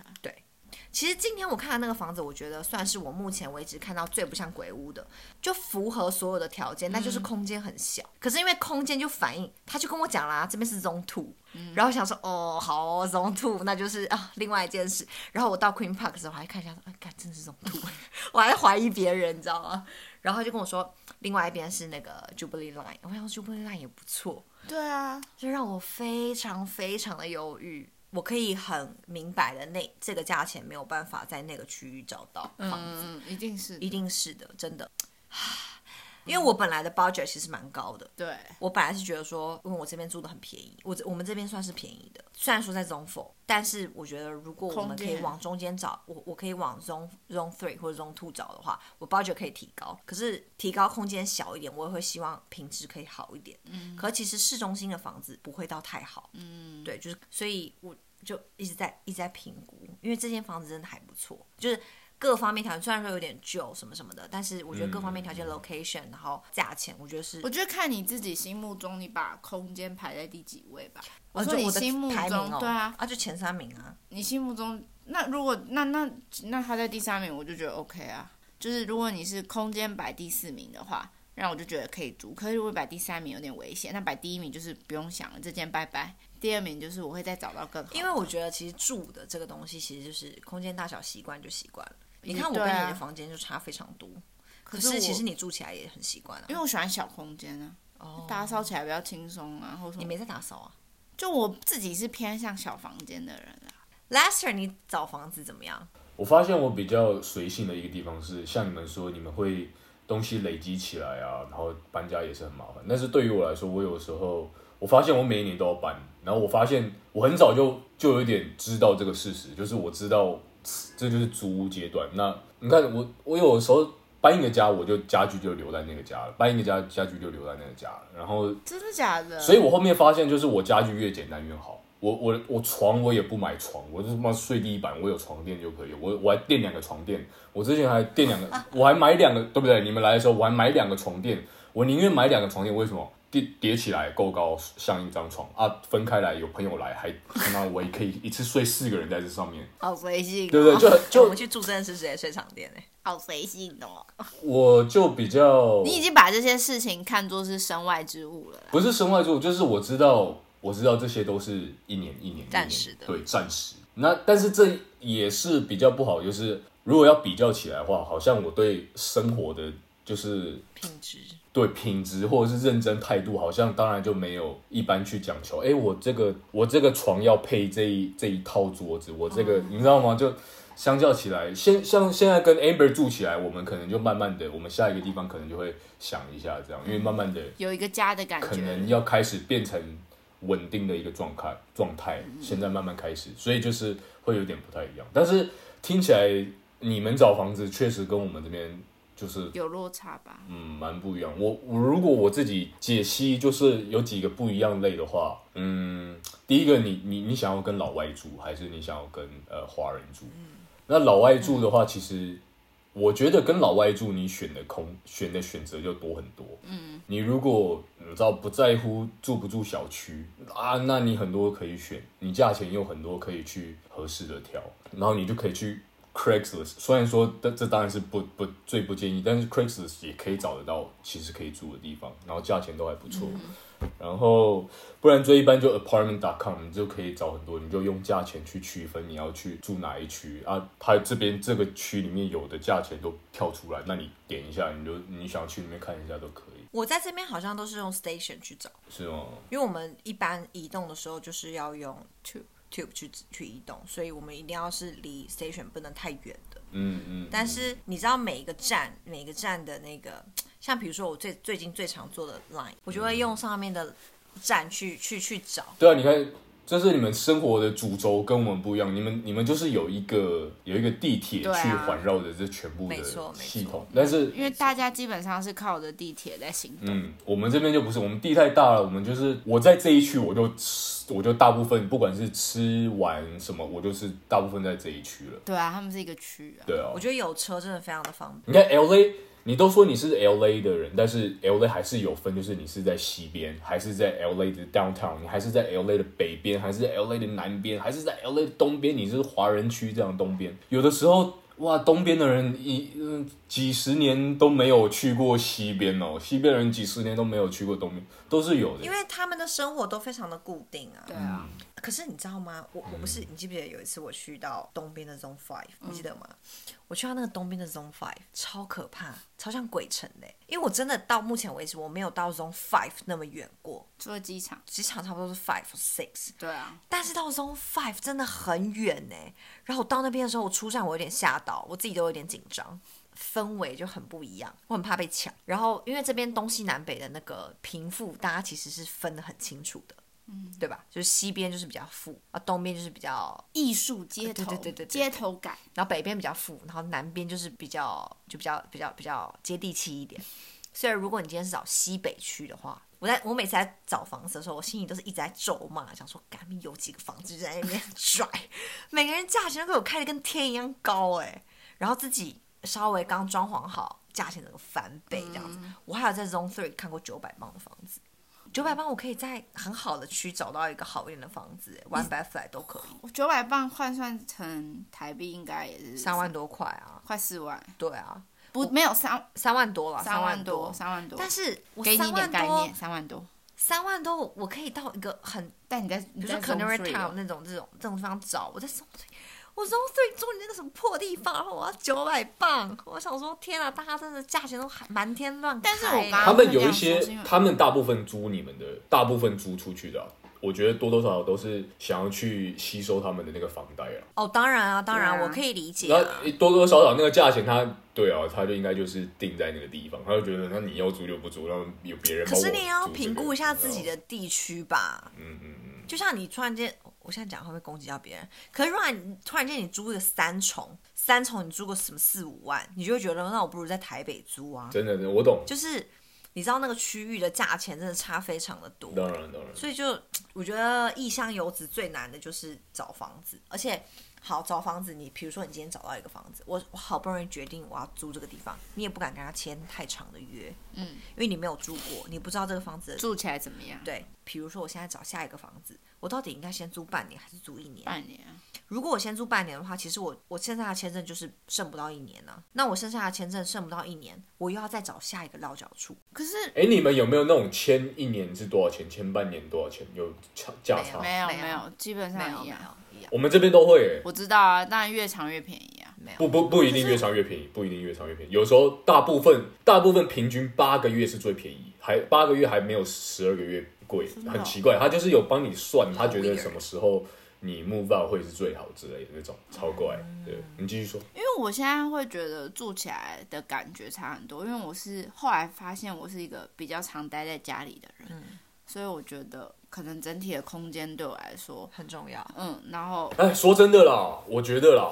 B: 其实今天我看的那个房子，我觉得算是我目前为止看到最不像鬼屋的，就符合所有的条件，但就是空间很小。可是因为空间就反映，他就跟我讲啦，这边是 Zone Two，、然后我想说哦好哦 Zone Two，那就是啊另外一件事。然后我到 Queen Park 的时候，我还看一下说，哎，看真的是 Zone Two，我还在怀疑别人，你知道吗？然后他就跟我说，另外一边是那个 Jubilee Line，我想说 Jubilee Line 也不错，
C: 对啊，
B: 这让我非常非常的犹豫。我可以很明白的，那这个价钱没有办法在那个区域找到房子，
C: 嗯，一定是
B: 一定是的，真的。因为我本来的 budget 其实蛮高的，
C: 对，
B: 我本来是觉得说，因为我这边住的很便宜，我这我们这边算是便宜的，虽然说在 Zone Four，但是我觉得如果我们
C: 空
B: 可
C: 间
B: 以往中间找，我我可以往 Zone Zone Three 或者 Zone Two 找的话，我 budget 可以提高，可是提高空间小一点，我也会希望品质可以好一点。嗯，可其实市中心的房子不会到太好。嗯，对，就是所以我就一直在一直在评估，因为这间房子真的还不错，就是。各方面条件虽然说有点旧什么什么的，但是我觉得各方面条件、location，然后价钱，我觉得是
C: 我觉得看你自己心目中，你把空间排在第几位吧。
B: 呃我
C: 我说你心目
B: 排名
C: 中，
B: 哦，
C: 对啊，，
B: 就前三名啊，
C: 你心目中那如果那那那他在第三名，我就觉得 OK 啊。就是如果你是空间摆第四名的话，然后我就觉得可以租。可是如果摆第三名有点危险，那摆第一名就是不用想了，这间拜拜。第二名就是我会再找到更好的，
B: 因为我觉得其实住的这个东西，其实就是空间大小习惯就习惯了。你看我
C: 对
B: 跟
C: 啊
B: 你的房间就差非常多，可
C: 是我
B: 是其实你住起来也很习惯啊。
C: 因为我喜欢小空间啊，
B: 哦
C: 打扫起来比较轻松啊，或者
B: 你
C: 什么。
B: 没在打扫啊
C: 就我自己是偏向小房间的人啊。
B: ？Lester，你找房子怎么样？
A: 我发现我比较随性的一个地方是，像你们说，你们会东西累积起来啊，然后搬家也是很麻烦。但是对于我来说，我有时候我发现我每一年都要搬，然后我发现我很早就就有点知道这个事实，就是我知道这就是租屋阶段。那你看我，我有时候搬一个家，我就家具就留在那个家了，搬一个家家具就留在那个家了，然后
C: 真的假的？
A: 所以我后面发现，就是我家具越简单越好。我我我床我也不买床，我就他妈睡地板，我有床垫就可以。我我还垫两个床垫，我之前还垫两个，我还买两个，对不对？你们来的时候我还买两个床垫，我宁愿买两个床垫，为什么？叠叠起来够高，像一张床啊，分开来有朋友来，还他妈我也可以一次睡四个人在这上面，
C: 好随性、哦，
A: 对不对？就
B: 我
A: 就
B: 们去住真的是直接睡床垫哎、
C: 好随性哦。
A: 我就比较，
C: 你已经把这些事情看作是身外之物了啦。
A: 不是身外之物，就是我知道，我知道这些都是一年一年一年
B: 暂时的
A: 对，暂时。那但是这也是比较不好，就是如果要比较起来的话，好像我对生活的就是
B: 品质。
A: 对品质或者是认真态度，好像当然就没有一般去讲求。哎，我这个我这个床要配这一这一套桌子，我这个、你知道吗？就相较起来，现像现在跟 Amber 住起来，我们可能就慢慢的，我们下一个地方可能就会想一下这样，因为慢慢的。
C: 有一个家的感
A: 可能
C: 觉，
A: 要开始变成稳定的一个状态状态，
C: 嗯
A: 现在慢慢开始，所以就是会有点不太一样。但是听起来你们找房子确实跟我们这边就是
C: 有落差吧？
A: 嗯蛮不一样。我我如果我自己解析，就是有几个不一样类的话，嗯，第一个你你你想要跟老外住，还是你想要跟呃华人住？
C: 嗯
A: 那老外住的话，其实我觉得跟老外住，你选的空选的选择就多很多。嗯，你如果你知道不在乎住不住小区啊，那你很多可以选，你价钱有很多可以去合适的挑，然后你就可以去 Craigslist。虽然说这这当然是不不最不建议，但是 Craigslist 也可以找得到其实可以住的地方，然后价钱都还不错。然后不然最一般就 apartment.com，你就可以找很多，你就用价钱去区分你要去住哪一区啊。它这边这个区里面有的价钱都跳出来，那你点一下，你就你想去里面看一下都可以，
B: 我在这边好像都是用 station 去找，
A: 是吗？
B: 因为我们一般移动的时候就是要用
C: Tube
B: tube 去去移动，所以我们一定要是离 station 不能太远的。
A: 嗯嗯。
B: 但是你知道每一个站，每个站的那个，像比如说我最最近最常做的 Line，我就会用上面的站去去去找。
A: 对啊，你看，这是你们生活的主轴跟我们不一样，你们你们就是有一个有一个地铁去
C: 对啊
A: 环绕着这全部的
B: 没错没错
A: 系统，但是
C: 因为大家基本上是靠着地铁在行动。
A: 嗯，我们这边就不是，我们地太大了，我们就是我在这一区，我就吃，我就大部分不管是吃完什么，我就是大部分在这一区了。
C: 对啊，他们是一个区啊。
A: 对啊
B: 我，觉得有车真的非常的方便。
A: 你看 L A，你都说你是 L A 的人，但是 L A 还是有分，就是你是在西边，还是在 L A 的 downtown，你还是在 L A 的北边，还是在 L A 的南边，还是在 L A 的东边，你是华人区这样东边。有的时候，哇，东边的人一嗯几十年都没有去过西边哦，西边的人几十年都没有去过东边，都是有的
B: 因。为他们的生活都非常的固定啊。
C: 对啊，
B: 可是你知道吗？我我不是，你记不记得有一次我去到东边的 Zone Five，你记得吗？我去到那个东边的 Zone Five，超可怕，超像鬼城的欸。因为我真的到目前为止，我没有到 Zone Five 那么远过，
C: 除了机场。
B: 机场差不多是 Five Six，
C: 对啊，
B: 但是到 Zone Five 真的很远呢。欸然后我到那边的时候，我出站我有点吓到，我自己都有点紧张，氛围就很不一样，我很怕被抢。然后因为这边东西南北的那个贫富，大家其实是分得很清楚的。嗯，对吧？就是西边就是比较富啊，东边就是比较，
C: 艺术街头，
B: 对对对对对
C: 街头感。
B: 然后北边比较富，然后南边就是比较就比较比较比较接地气一点。所以如果你今天是找西北区的话，我在我每次在找房子的时候，我心里都是一直在咒骂，想说，赶紧有几个房子就在那边 拽，每个人价钱都给我开的跟天一样高哎、然后自己稍微刚装潢好，价钱整个翻倍这样子。我还有在 Zone Three 看过九百磅的房子。九百磅，我可以在很好的区找到一个好一点的房子哎，One Bedfly 都可以，
C: 我九百磅换算成台币应该也是
B: 三万多块啊。
C: 快四万。
B: 对啊，
C: 不没有三
B: 三万多了，
C: 三
B: 万
C: 万多，哦三万多，
B: 但是我
C: 给你一
B: 三
C: 点
B: 万
C: 概
B: 多
C: 念，，三万多。
B: 三万多我可以到一个很，
C: 但你在
B: 比
C: 你
B: 如
C: 在哦
B: 说
C: zone
B: Canary
C: three 了
B: Town 那种这种这种地方找，我在松水，我松水住你那个什么破地方，然后我要九百磅，我想说天啊，大家真的价钱都还瞒天乱开。
C: 但是我刚
A: 他
C: 刚
A: 们有一
C: 这
A: 些
C: 样说是因为，
A: 他们大部分租你们的，大部分租出去的啊、我觉得多多少少都是想要去吸收他们的那个房贷啊。
B: 哦，当然啊，当然、
C: 对啊
B: 我可以理解、
A: 然
B: 啊
A: 后。多多少少那个价钱他，对啊，他就应该就是定在那个地方，他就觉得那你要租就不租，然后有别人
B: 可
A: 帮我
B: 是你也要
A: 租这个啊
B: 评估一下自己，
A: 你知
B: 的地区吧。
A: 道吗嗯嗯嗯，
B: 就像你突然间，我现在讲会不会攻击到别人？可是如果你突然间你租一个三重，三重你租个什么四五万，你就会觉得那我不如在台北租啊。
A: 真的，真的我懂，
B: 就是你知道那个区域的价钱真的差非常的多，
A: 当然当然，
B: 所以就我觉得异乡游子最难的就是找房子，而且好找房子，你比如说你今天找到一个房子，我我好不容易决定我要租这个地方，你也不敢跟他签太长的约，
C: 嗯，
B: 因为你没有住过，你不知道这个房子的
C: 住起来怎么样？
B: 对，比如说我现在找下一个房子，我到底应该先租半年还是租一年？
C: 半年啊，
B: 如果我先租半年的话，其实我我剩下的签证就是剩不到一年呢、那我剩下的签证剩不到一年，我又要再找下一个落脚处，
C: 可是
A: 哎、你们有没有那种签一年是多少钱，签半年多少钱？有差价差？
C: 没有
B: 没有
C: 没有，基本
B: 没
C: 上
B: 有
C: 一
B: 没有
C: 样。
B: 一样
A: 我们这边都会、欸，
C: 我知道啊，当然越长越便宜啊。
B: 没有
A: 不不不一定越长越便宜，不一定越长越便宜。有时候大部分大部分平均八个月是最便宜，还八个月还没有十二个月贵，
C: 的哦
A: 很奇怪。他就是有帮你算，他觉得
B: weird
A: 什么时候你 move out 会是最好之类的那种，超怪。
C: 嗯
A: 对你继续说，
C: 因为我现在会觉得住起来的感觉差很多，因为我是后来发现我是一个比较常待在家里的人，
B: 嗯
C: 所以我觉得可能整体的空间对我来说，
B: 很重要。
C: 嗯，然后
A: 哎，说真的啦，我觉得啦，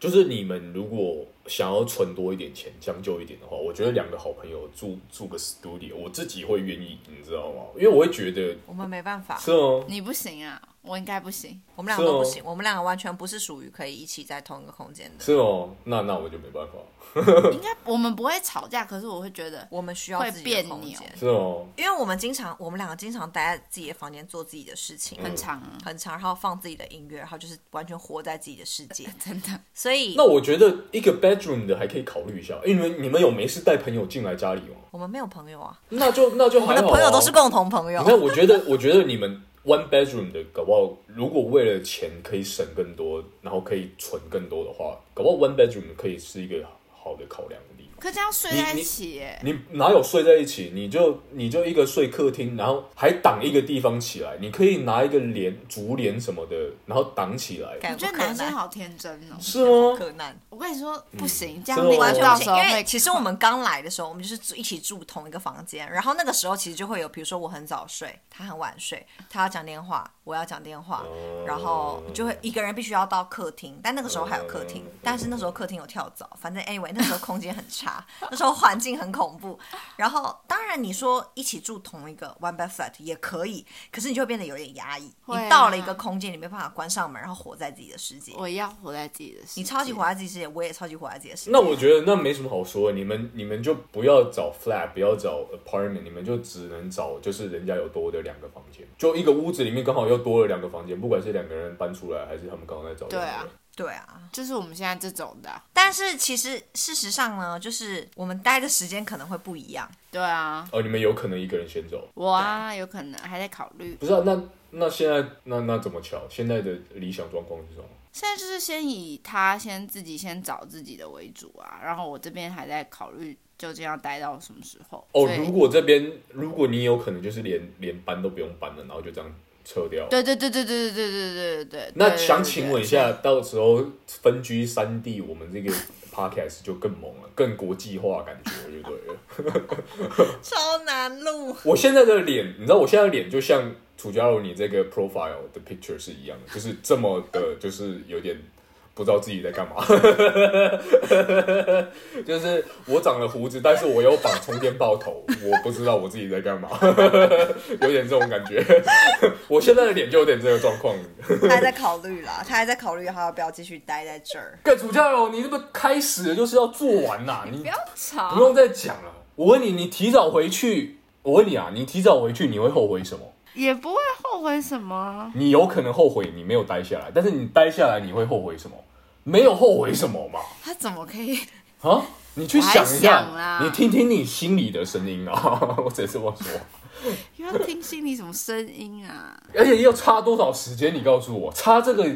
A: 就是你们如果想要存多一点钱，将就一点的话，我觉得两个好朋友住住个 studio，我自己会愿意，你知道吗？因为我会觉得
B: 我们没办法，
A: 是哦，
C: 你不行啊，我应该不 行。
B: 我们两个都不行，我们两个完全不是属于可以一起在同一个空间的。
A: 是哦，那那我就没办法，
C: 应该我们不会吵架，可是我会觉得
B: 我们需要
C: 会
B: 自己的
C: 别
B: 空
C: 扭
B: 间，
A: 是哦。
B: 因为我们经常，我们两个经常待在自己的房间做自己的事情，
A: 嗯
C: 很长啊，
B: 很长，然后放自己的音乐，然后就是完全活在自己的世 界。
C: 真的。
B: 所以
A: 那我觉得一个 bedroom 的还可以考虑一下，因为你们你们有没事带朋友进来家里吗？
B: 我们没有朋友啊，
A: 那就那就
B: 我
A: 还
B: 们
A: 好、
B: 的
A: 啊。
B: 朋友都是共同朋友
A: 你。看，我觉得我 觉得你们 one bedroom 的，搞不好如果为了钱可以省更多，然后可以存更多的话，搞不好 one bedroom 可以是一个好的考量的地方。
C: 可这样睡在一起耶，
A: 你哪有睡在一起？你就你就一个睡客厅，然后还挡一个地方起来，你可以拿一个帘竹帘什么的，然后挡起来。
B: 感
C: 我觉得
B: 柯
C: 男生
B: 南
C: 好天真哦。
A: 是吗？
B: 柯南
C: 我跟你说
B: 嗯
C: 不行，这
A: 真
C: 样
A: 的
C: 那
A: 我完
C: 个
A: 全
C: 到
A: 不
C: 时
B: 不行，
C: 候
B: 因
C: 会
B: 为其实我们刚来的时候，我们就是住一起住同一个房间，然后那个时候其实就会有，比如说我很早睡，他很晚睡，他要讲电话，我要讲电话，然后就会一个人必须要到客厅，但那个时候还有客厅
A: 嗯，
B: 但是那时候客厅有跳蚤，反正 anyway 那时候空间很差，那时候环境很恐怖。然后当然你说一起住同一个 one bed flat 也可以，可是你就会变得有点压抑，
C: 会啊
B: 你到了一个空间，你没办法关上门，然后活在自己的世界。
C: 我要活在自己的世界。
B: 你超级活在自己世界，我也超级活在自己的世界。
A: 那我觉得那没什么好说的，你们你们就不要找 flat，不要找 apartment，你们就只能找就是人家有多的两个房间，就一个屋子里面刚好又多了两个房间，不管是两个人搬出来，还是他们刚好在找两个人。
C: 对啊
B: 对啊，
C: 就是我们现在这种的啊，
B: 但是其实事实上呢，就是我们待的时间可能会不一样。
C: 对啊，
A: 哦，你们有可能一个人先走，
C: 我啊有可能还在考虑。
A: 不是啊？那那现在那那怎么瞧？现在的理想状况是什么？
C: 现在就是先以他先自己先找自己的为主啊，然后我这边还在考虑究竟要待到什么时候。
A: 哦
C: 所，以
A: 如果这边如果你有可能就是连连搬都不用搬了，然后就这样撤掉。
C: 对对对对对对对对对对对。
A: 那
C: 对
A: 想请问一，下，到时候分居三地，我们这个 podcast 就更猛了，更国际化感觉，就对了。
B: 超难录，
A: 我现在的脸，你知道，我现在的脸就像楚家柔你这个 profile 的 picture 是一样的，就是这么的，就是有点不知道自己在干嘛。 就是我长了胡子，但是我有绑充电爆头，我不知道我自己在干嘛， 有点这种感觉。 我现在的脸就有点这个状况。
B: 他还在考虑啦，他还在考虑他要不要继续待在这儿。
A: 干楚家柔，你这个开始就是要做完呐、你
C: 对不要吵，
A: 不用再讲了。我问你，你提早回去，我问你啊，你提早回去你会后悔什么？
C: 也不会后悔什么啊。
A: 你有可能后悔你没有待下来，但是你待下来你会后悔什么？没有后悔什么嘛？
C: 他怎么可以？
A: 啊？你去想
C: 我
A: 一
C: 还想
A: 下
C: 啦，
A: 你听听你心里的声音啊！ 我只是这么说，
C: 又要听心里什么声音啊？
A: 而且要差多少时间？你告诉我，差这个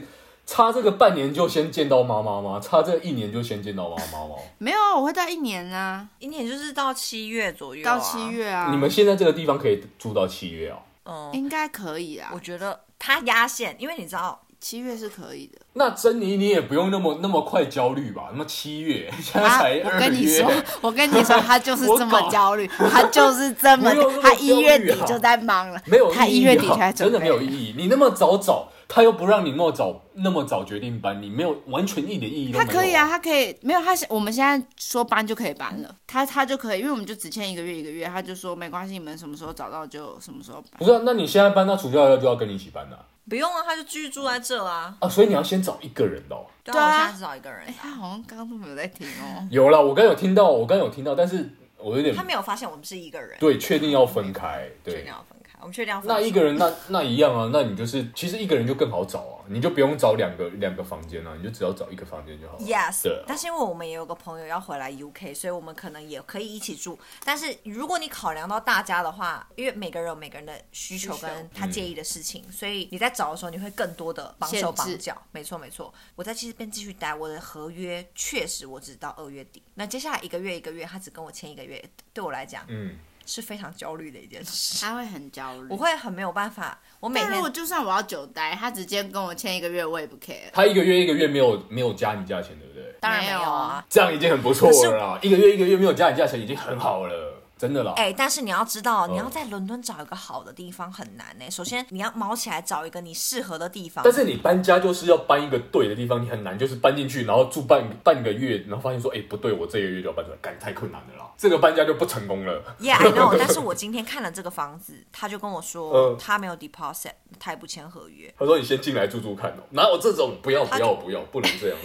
A: 差这个半年就先见到妈妈吗？差这一年就先见到妈妈吗？
C: 没有啊，我会到一年啊，
B: 一年就是到七月左右、
C: 到七，月啊，
A: 你们现在这个地方可以住到七月哦。
B: 嗯，
C: 应该可以啊
B: 我，觉得它压线，因为你知道，
C: 七月是可以的。
A: 那珍妮，你也不用那么那么快焦虑吧？那么七月，现在
C: 啊
A: 才！
C: 我
A: 二
C: 跟你
A: 月，
C: 说，我跟你说，他就是这么焦虑，他就是这么
A: 不用那么，
C: 他一月底
A: 焦虑啊
C: 就在忙了，
A: 没有
C: 他
A: 意
C: 一
A: 义
C: 月底就
A: 啊
C: 在准
A: 真
C: 备
A: 的没有意义。你那么早找，他又不让你那么早那么早决定搬，你没有完全一点意义都没
C: 他
A: 有。
C: 可以啊，，他可以没有他现，我们现在说搬就可以搬了，他他就可以，因为我们就只签一个月一个月，他就说没关系，你们什么时候找到就什么时候搬。
A: 不是、啊？那你现在搬，那楚教授就要跟你一起搬了啊
B: 不用啊，他就继续住在这啦。
A: 啊所以你要先找一个人的、哦。
B: 对
C: 对
B: 啊，
C: 啊
B: 我现在只找一个人
C: 哎，，他好像刚刚都没有在听哦，
A: 有啦，我刚有听到，我刚有听到，但是我有点
B: 他没有发现我们是一个人，
A: 对，确定要分开，
B: 确定
A: 对。
B: 要分开，我们确定要分
A: 那一个人那那一样啊，那你就是其实一个人就更好找啊，你就不用找两个两个房间啊，你就只要找一个房间就好了。
B: Yes，
A: 对啊
B: 但是因为我们也有个朋友要回来 UK，所以我们可能也可以一起住。但是如果你考量到大家的话，因为每个人有每个人的需求
C: 需求嗯
B: 跟他介意的事情，所以你在找的时候你会更多的绑手绑
C: 限
B: 脚。没错没错，我在其实边继续待，我的合约确实我只到二月底，那接下来一个月一个月，他只跟我签一个月，对我来讲
A: 嗯，
B: 是非常焦虑的一件事。
C: 他会很焦虑。
B: 我会很没有办法，我每
C: 但如果
B: 天
C: 就算我要久待，他直接跟我签一个月，我也不 care。
A: 他一个月一个月没有没有加你价钱，对不对？
B: 当然没有
C: 没有
B: 啊
C: 啊，
A: 这样已经很不错
B: 可
A: 了啦，一个月一个月没有加你价钱已经很好了，真的啦。
B: 哎、但是你要知道，你要
A: 嗯
B: 在伦敦找一个好的地方很难欸呢、首先，你要毛起来找一个你适合的地方。
A: 但是你搬家就是要搬一个对的地方，你很难就是搬进去，然后住半半个月，然后发现说，哎、不对，我这个月就要搬出来，干太困难了啦，这个搬家就不成功了。
B: ，Yeah，I know。但是我今天看了这个房子，他就跟我说
A: 嗯
B: 他没有 deposit，他也不签合约。
A: 他说你先进来住住看哦、哪有这种不要
B: 他
A: 不
B: 就
A: 要不要，不能这样，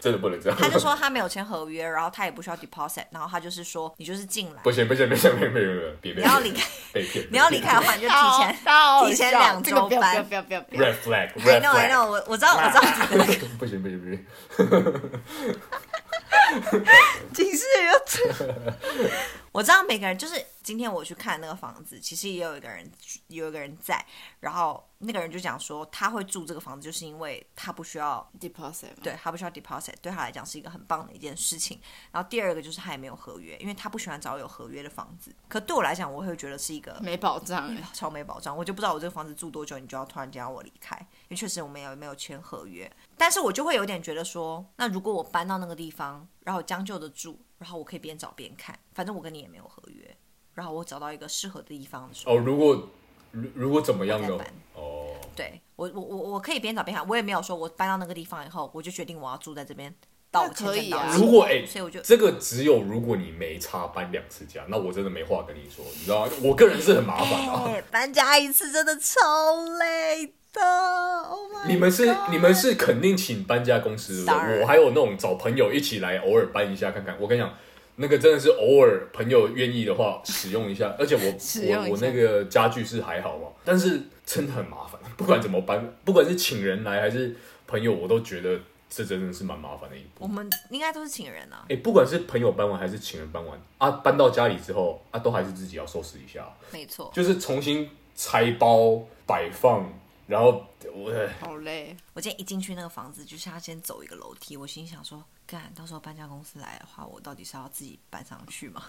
A: 真的不能这样。
B: 他就说他没有签合约，然后他也不需要 deposit，然后他就是说你就是进来
A: 不，行不行不行，别别别别别，
B: 你要离开，
A: 被骗，
B: 你要离开的话你就提前。
C: 他
B: 提前两周
C: 不要
B: 搬
C: 不要不要不要不要！
A: ，red flag
B: I
A: red
B: know I
A: flag，
B: know，我我知道我知道你的那个
A: 不行不行不行，
B: 警示有我知道每个人就是今天我去看那个房子，其实也有一个人有一个人在，然后那个人就讲说他会住这个房子，就是因为他不需要
C: 嗯 deposit 嘛
B: 对他不需要 deposit，对他来讲是一个很棒的一件事情。然后第二个就是他也没有合约，因为他不喜欢找有合约的房子。可对我来讲，我会觉得是一个
C: 没保障哎、
B: 超没保障，我就不知道我这个房子住多久，你就要突然间要我离开，因为确实我们也没有签合约。但是我就会有点觉得说，那如果我搬到那个地方，然后将就的住，然后我可以边找边看，反正我跟你也没有合约，然后我找到一个适合的地方的时候，
A: 哦，如果如如果怎么样
B: 我
A: 的
B: 再搬
A: 哦，
B: 对我我我我可以边找边看，我也没有说我搬到那个地方以后，我就决定我要住在这边。到我
C: 那
B: 签
C: 可
B: 证
C: 以
B: 到
C: 啊
B: 期
A: 如果哎、
B: 所以 我就
A: 这个只有如果你没差搬两次家，那我真的没话跟你说，你知道吗？我个人是很麻烦啊的、
B: 哎、搬家一次真的超累的。Oh
C: 哎
B: my！
A: 你们是你们是肯定请搬家公司，对不
B: 当然
A: 对？我还有那种找朋友一起来偶尔搬一下看看。我跟你讲，那个真的是偶尔朋友愿意的话使用一 下，而且我
C: 使用一下
A: 我我那个家具是还好嘛，但是真的很麻烦，不管怎么搬，不管是请人来还是朋友，我都觉得这真的是蛮麻烦的一步。
B: 我们应该都是请人啊，
A: 哎、不管是朋友搬完还是请人搬完啊，搬到家里之后啊，都还是自己要收拾一下，哦
B: 没错。
A: 就是重新拆包摆放，然后我
C: 好累。
B: 我今天一进去那个房子，就是他先走一个楼梯，我心想说，干，到时候搬家公司来的话，我到底是要自己搬上去吗？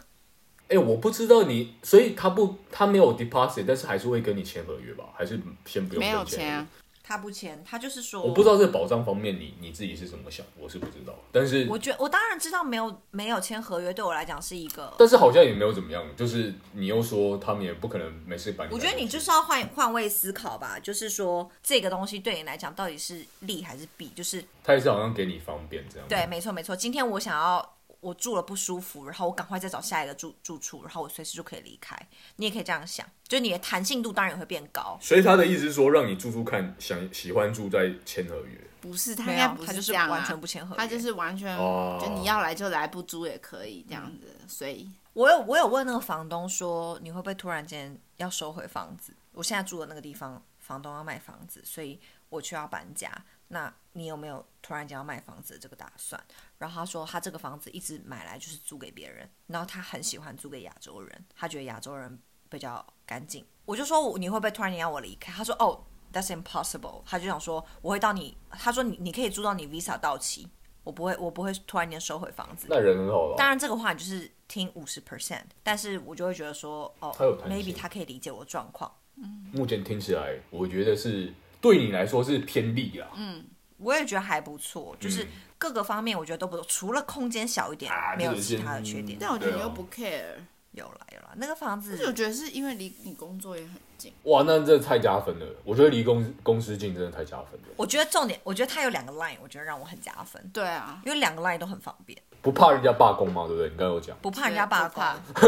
A: 哎、我不知道你，所以他不，他没有 deposit，但是还是会跟你签合约吧？还是先不用
C: 没有
A: 跟你
C: 钱啊，
B: 他不签，他就是说，
A: 我不知道这个保障方面你你自己是怎么想，我是不知道。但是
B: 我觉我当然知道没有没有签合约对我来讲是一个，
A: 但是好像也没有怎么样，就是你又说他们也不可能没事把你。
B: 我觉得你就是要换换位思考吧，就是说这个东西对你来讲到底是利还是弊，就是
A: 他也是好像给你方便这样。
B: 对，，没错没错。今天我想要我住了不舒服，然后我赶快再找下一个住住处，然后我随时就可以离开。你也可以这样想，就是你的弹性度当然也会变高。
A: 所以他的意思是说让你住住看，想喜欢住再签合约。
C: 不是他
B: 没
C: 应
B: 有
C: 该不
B: 他就是
C: 这样、啊、
B: 完全不签合约
C: 他就是完全、
A: 哦
C: 就你要来就来，不租也可以这样子，所以
B: 我有我有问那个房东说，你会不会突然间要收回房子？我现在住的那个地方，房东要卖房子，所以我却要搬家。那你有没有突然间要卖房子的这个打算？”然后他说他这个房子一直买来就是租给别人，然后他很喜欢租给亚洲人，他觉得亚洲人比较干净。我就说你会不会突然间要我离开？他说：“哦，That's impossible。”他就想说我会到你，他说你你可以租到你 visa 到期，我不会我不会突然间收回房子。
A: 那人很好了，啊
B: 当然，这个话你就是听五十 percent，但是我就会觉得说，哦
A: 他有弹性
B: ，maybe 他可以理解我的状况。
A: 目前听起来，我觉得是对你来说是偏利啊啦。
B: 我也觉得还不错，就是
A: 嗯
B: 各个方面我觉得都不错，除了空间小一点，
A: 啊
B: 没有
A: 这个
B: 其
A: 是
B: 他的缺点。
C: 但我觉得
A: 对
C: 你
A: 啊
C: 又不 care，
B: 有了有了，那个房
C: 而且我
B: 子
C: 觉得是因为离你工作也很近，
A: 哇，那这太加分了！我觉得离公公司近真的太加分了，
B: 我觉得重点，我觉得它有两个 line，我觉得让我很加分，
C: 对啊，
B: 因为两个 line 都很方便，
A: 不怕人家罢工吗？对不对？你刚刚有讲，
B: 不怕人家罢工。
C: 不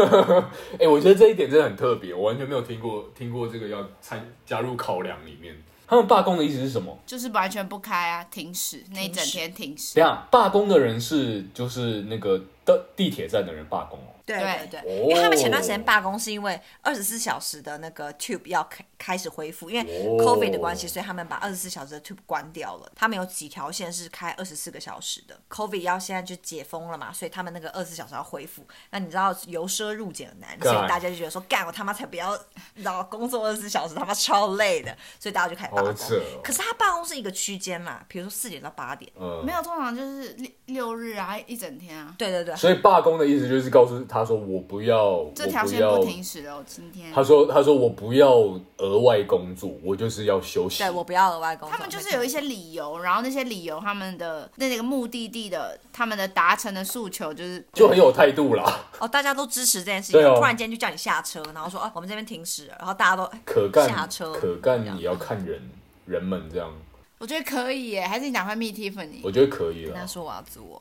A: 哎、我觉得这一点真的很特别，我完全没有听过听过这个要参加入考量里面。他们罢工的意思是什么？
C: 就是完全不开啊，停驶，那一整
B: 停驶
C: 天停
A: 等
C: 驶
A: 一，下罢工的人是就是那个的地铁站的人罢工哦。
B: 对对
C: 对
B: 对，
A: 哦
B: 因为他们前段时间罢工是因为二十四小时的那个 tube 要开开始恢复，因为
A: 哦
B: COVID 的关系，所以他们把二十四小时的 tube 关掉了。他们有几条线是开二十四个小时的，COVID 要现在就解封了嘛，所以他们那个二十四小时要恢复。那你知道由奢入俭难，所
A: 干
B: 以大家就觉得说，干我他妈才不要，然后工作二十四小时他妈超累的，所以大家就开始罢
A: 好
B: 工
A: 扯哦。
B: 可是他罢工是一个区间啦，比如说四点到八点。
A: 嗯，
C: 没有，通常就是六六日啊，一整天啊，
B: 对对对，
A: 所以罢工的意思就是告诉他说我不要，
C: 这条线
A: 我
C: 不
A: 不要
C: 停。驶哦，今天
A: 他说他说我不要额外工作，我就是要休息。
B: 对我不要额外工作。
C: 他们就是有一些理由，然后那些理由他们的那个目的地的他们的达成的诉求就是
A: 就很有态度 啦，
B: 哦，大家都支持这件事情，
A: 对哦
B: 突然间就叫你下车，然后说哦，我们这边停驶了，然后大家都哎
A: 可干
B: 下车
A: 可干也要看人人们这样，
C: 我觉得可以耶，还是你赶快密 Tiffany，
A: 我觉得可以
B: 跟
A: 了
B: 他。说我要租哦，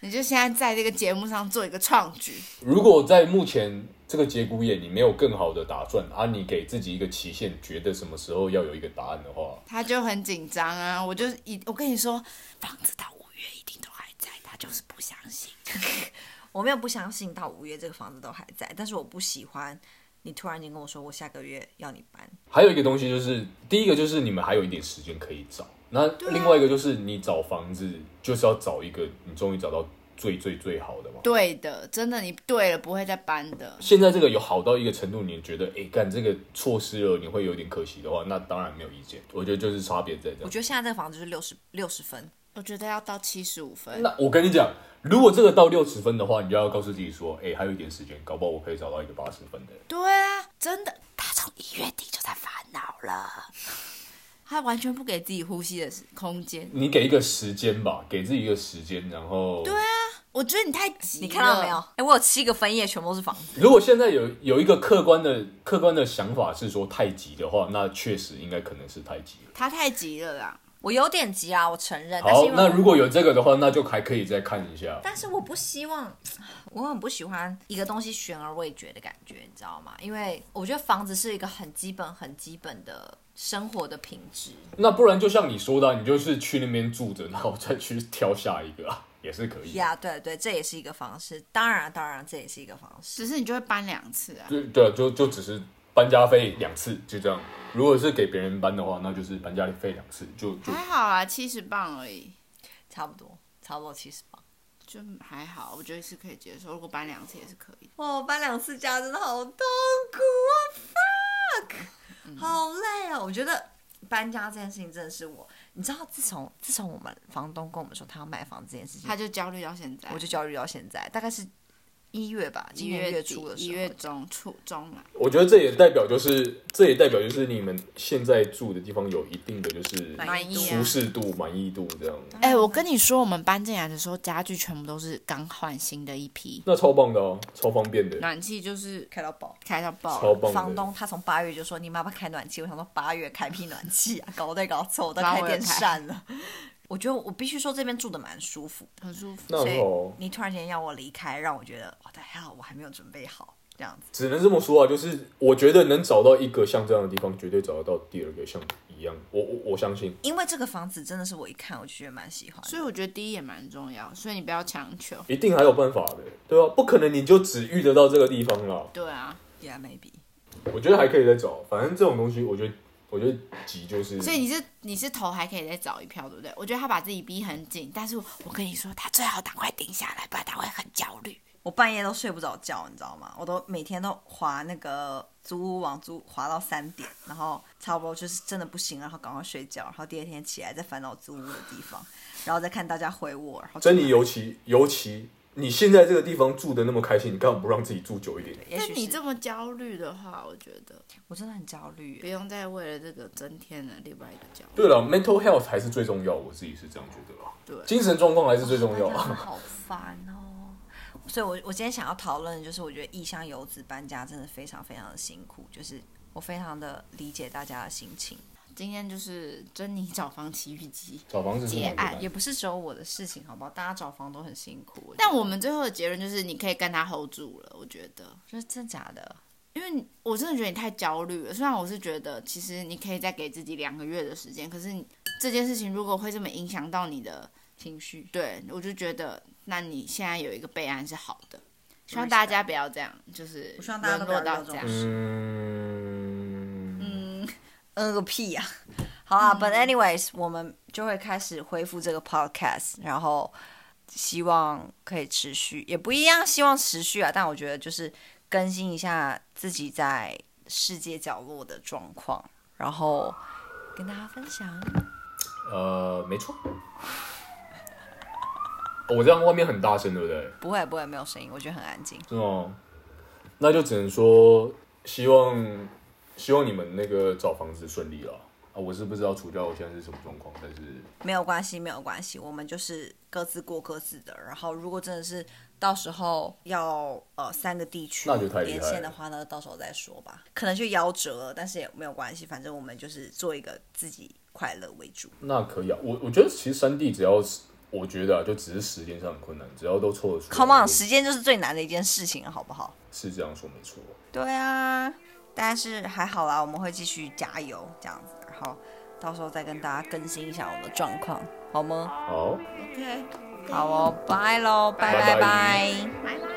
C: 你就现在在这个节目上做一个创举，
A: 如果在目前这个节骨眼你没有更好的打算啊，你给自己一个期限，觉得什么时候要有一个答案的话，
C: 他就很紧张啊。我就一我跟你说，房子到五月一定都还在，他就是不相信。
B: 我没有不相信到五月这个房子都还在，但是我不喜欢你突然间跟我说我下个月要你搬，
A: 还有一个东西就是，第一个就是你们还有一点时间可以找，那另外一个就是你找房子就是要找一个你终于找到最最最好的嘛。
C: 对的，真的你对了，不会再搬的。
A: 现在这个有好到一个程度，你觉得哎干、这个错失了，你会有点可惜的话，那当然没有意见。我觉得就是差别在这
B: 我。觉得现在这个房子就是六十六十分，
C: 我觉得要到七十五分，
A: 那我跟你讲，如果这个到六十分的话，你就要告诉自己说，哎、还有一点时间，搞不好我可以找到一个八十分的人。
C: 对啊，真的，他从一月底就在烦恼了，他完全不给自己呼吸的空间。
A: 你给一个时间吧，给自己一个时间，然后对、
C: 我觉得你太急了，
B: 你看到没有？？哎，我有七个分页全部都是房子，
A: 如果现在有有一个客观的客观的想法是说太急的话，那确实应该可能是太急了。
C: 他太急了啦。
B: 我有点急啊，我承认，但是
A: 好
B: 因，为
A: 那
B: 我
A: 如果有这个的话，那就还可以再看一下。
B: 但是我不希望， 我很不喜欢一个东西悬而未决的感觉，你知道吗？因为我觉得房子是一个很基本、很基本的生活的品质。
A: 那不然就像你说的啊，你就是去那边住着，然后再去挑下一个啊， 也是可以的。
B: 呀对对，这也是一个方式。当然，当然，这也是一个方
C: 只
B: 式。
C: 是你就会搬两次啊。
A: 对对啊，就就只是搬家费两次，就这样。如果是给别人搬的话，那就是搬家费两次，就就
C: 还好啊，七十磅而已，
B: 差不多，差不多七十磅。
C: 就还好，我觉得是可以接受。如果搬两次也是可以的。
B: 哇，搬两次家真的好痛
C: 嗯
B: 苦啊！Fuck，好累啊！我觉得搬家这件事情真的是我，你知道，自从自从我们房东跟我们说他要卖房子这件事情
C: 他，嗯就焦虑到现在，
B: 我就焦虑到现在，大概是一月吧，
C: 一
B: 今年
C: 月
B: 月
C: 底
B: 初的时
C: 一
B: 候，
C: 月中初中嘛，
A: 我觉得这也代表就是，这也代表就是你们现在住的地方有一定的就是
B: 满意
A: 舒
B: 啊
A: 适度、满意度这样，
C: 哎、我跟你说，我们搬进来的时候，家具全部都是刚换新的一批，
A: 那超棒的哦、超方便的，
C: 暖气就是
B: 开到爆。
C: 开到爆
A: 超
C: 了，
A: 棒的。
B: 房东他从八月就说你妈妈开暖气，我想说八月开屁暖气啊，搞对搞错，我都
C: 妈
B: 开
C: 我也
B: 电
C: 开
B: 扇了。 我觉得我必须说这边住的蛮舒服，
C: 很舒服。
A: 那
B: 所
A: 很
B: 以
A: 好哦，
B: 你突然间要我离开，让我觉得我的还好，我还没有准备好这样子。
A: 只能这么说啊，就是我觉得能找到一个像这样的地方，绝对找得到第二个像一样，我我我相信。
B: 因为这个房子真的是我一看我就觉得蛮喜欢的，
C: 所以我觉得第一也蛮重要，所以你不要强求。
A: 一定还有办法的，对啊吧、不可能你就只遇得到这个地方啦。
C: 对啊，
B: Yeah maybe。
A: 我觉得还可以再找，反正这种东西，我觉得我觉得急就是，
C: 所以你是你是投还可以再找一票，对不对？我觉得他把自己逼很紧，但是我我跟你说，他最好赶快定下来，不然他会很焦虑。
B: 我半夜都睡不着觉，你知道吗？我都每天都划那个租屋网租，划到三点，然后差不多就是真的不行，然后赶快睡觉，然后第二天起来再翻到租屋的地方，然后再看大家回我，然后
A: 珍妮尤其尤其你现在这个地方住的那么开心，你干嘛不让自己住久一点？
B: 也
C: 但
B: 许
C: 你
B: 是
C: 这么焦虑的话，我觉得
B: 我真的很焦虑
C: 不
B: 耶，
C: 用再为了这个增添了另外一个焦虑。
A: 对了，mental health 还是最重要，我自己是这样觉得啦。
C: 对
A: 精神状况还是最重 要
B: 大家
A: 啊。
B: 好烦哦。所以我，我今天想要讨论的就是，我觉得异乡游子搬家真的非常非常的辛苦，就是我非常的理解大家的心情。
C: 今天就是珍妮找房奇遇记，
A: 找房子是
B: 结
A: 蛮难
B: 案
A: 的
B: 哎也不是只有我的事情，好不好？大家找房都很辛苦。觉得
C: 但我们最后的结论就是，你可以跟他 hold 住了。我觉得，
B: 就是真的假的？
C: 因为你我真的觉得你太焦虑了。虽然我是觉得，其实你可以再给自己两个月的时间，可是你这件事情如果会这么影响到你的
B: 情绪
C: 对，我就觉得，那你现在有一个备案是好的，希望大家不要这样，就是
B: 我希望大家都不要
C: 沦落到
B: 遇
C: 这
B: 到这种
C: 样。
B: 事
A: 嗯嗯，
B: 嗯个屁呀、 好啊、b u t anyways，我们就会开始恢复这个 podcast，然后希望可以持续，也不一样，希望持续啊。但我觉得就是更新一下自己在世界角落的状况，然后跟大家分享。
A: 呃，没错。哦我这样外面很大声，对不对？
B: 不会不会，没有声音，我觉得很安静。
A: 是哦，那就只能说希望希望你们那个找房子顺利了啊！我是不知道楚教我现在是什么状况，但是
B: 没有关系，没有关系，我们就是各自过各自的。然后，如果真的是到时候要呃三个地区
A: 那就太厉害
B: 连线的话呢，到时候再说吧，可能就夭折了，但是也没有关系，反正我们就是做一个自己快乐为主。
A: 那可以啊。我我觉得其实三 D 只要是我觉得啊，就只是时间上很困难，只要都凑得出来
B: Come on，
A: 我
B: 时间就是最难的一件事情了，好不好？
A: 是这样说没错。
B: 对啊，但是还好啦，我们会继续加油这样子，然后到时候再跟大家更新一下我们的状况，好吗？
A: 好。
C: 嗯 OK，
B: 好哦，拜喽，拜
A: 拜拜
B: 拜。
C: 拜拜。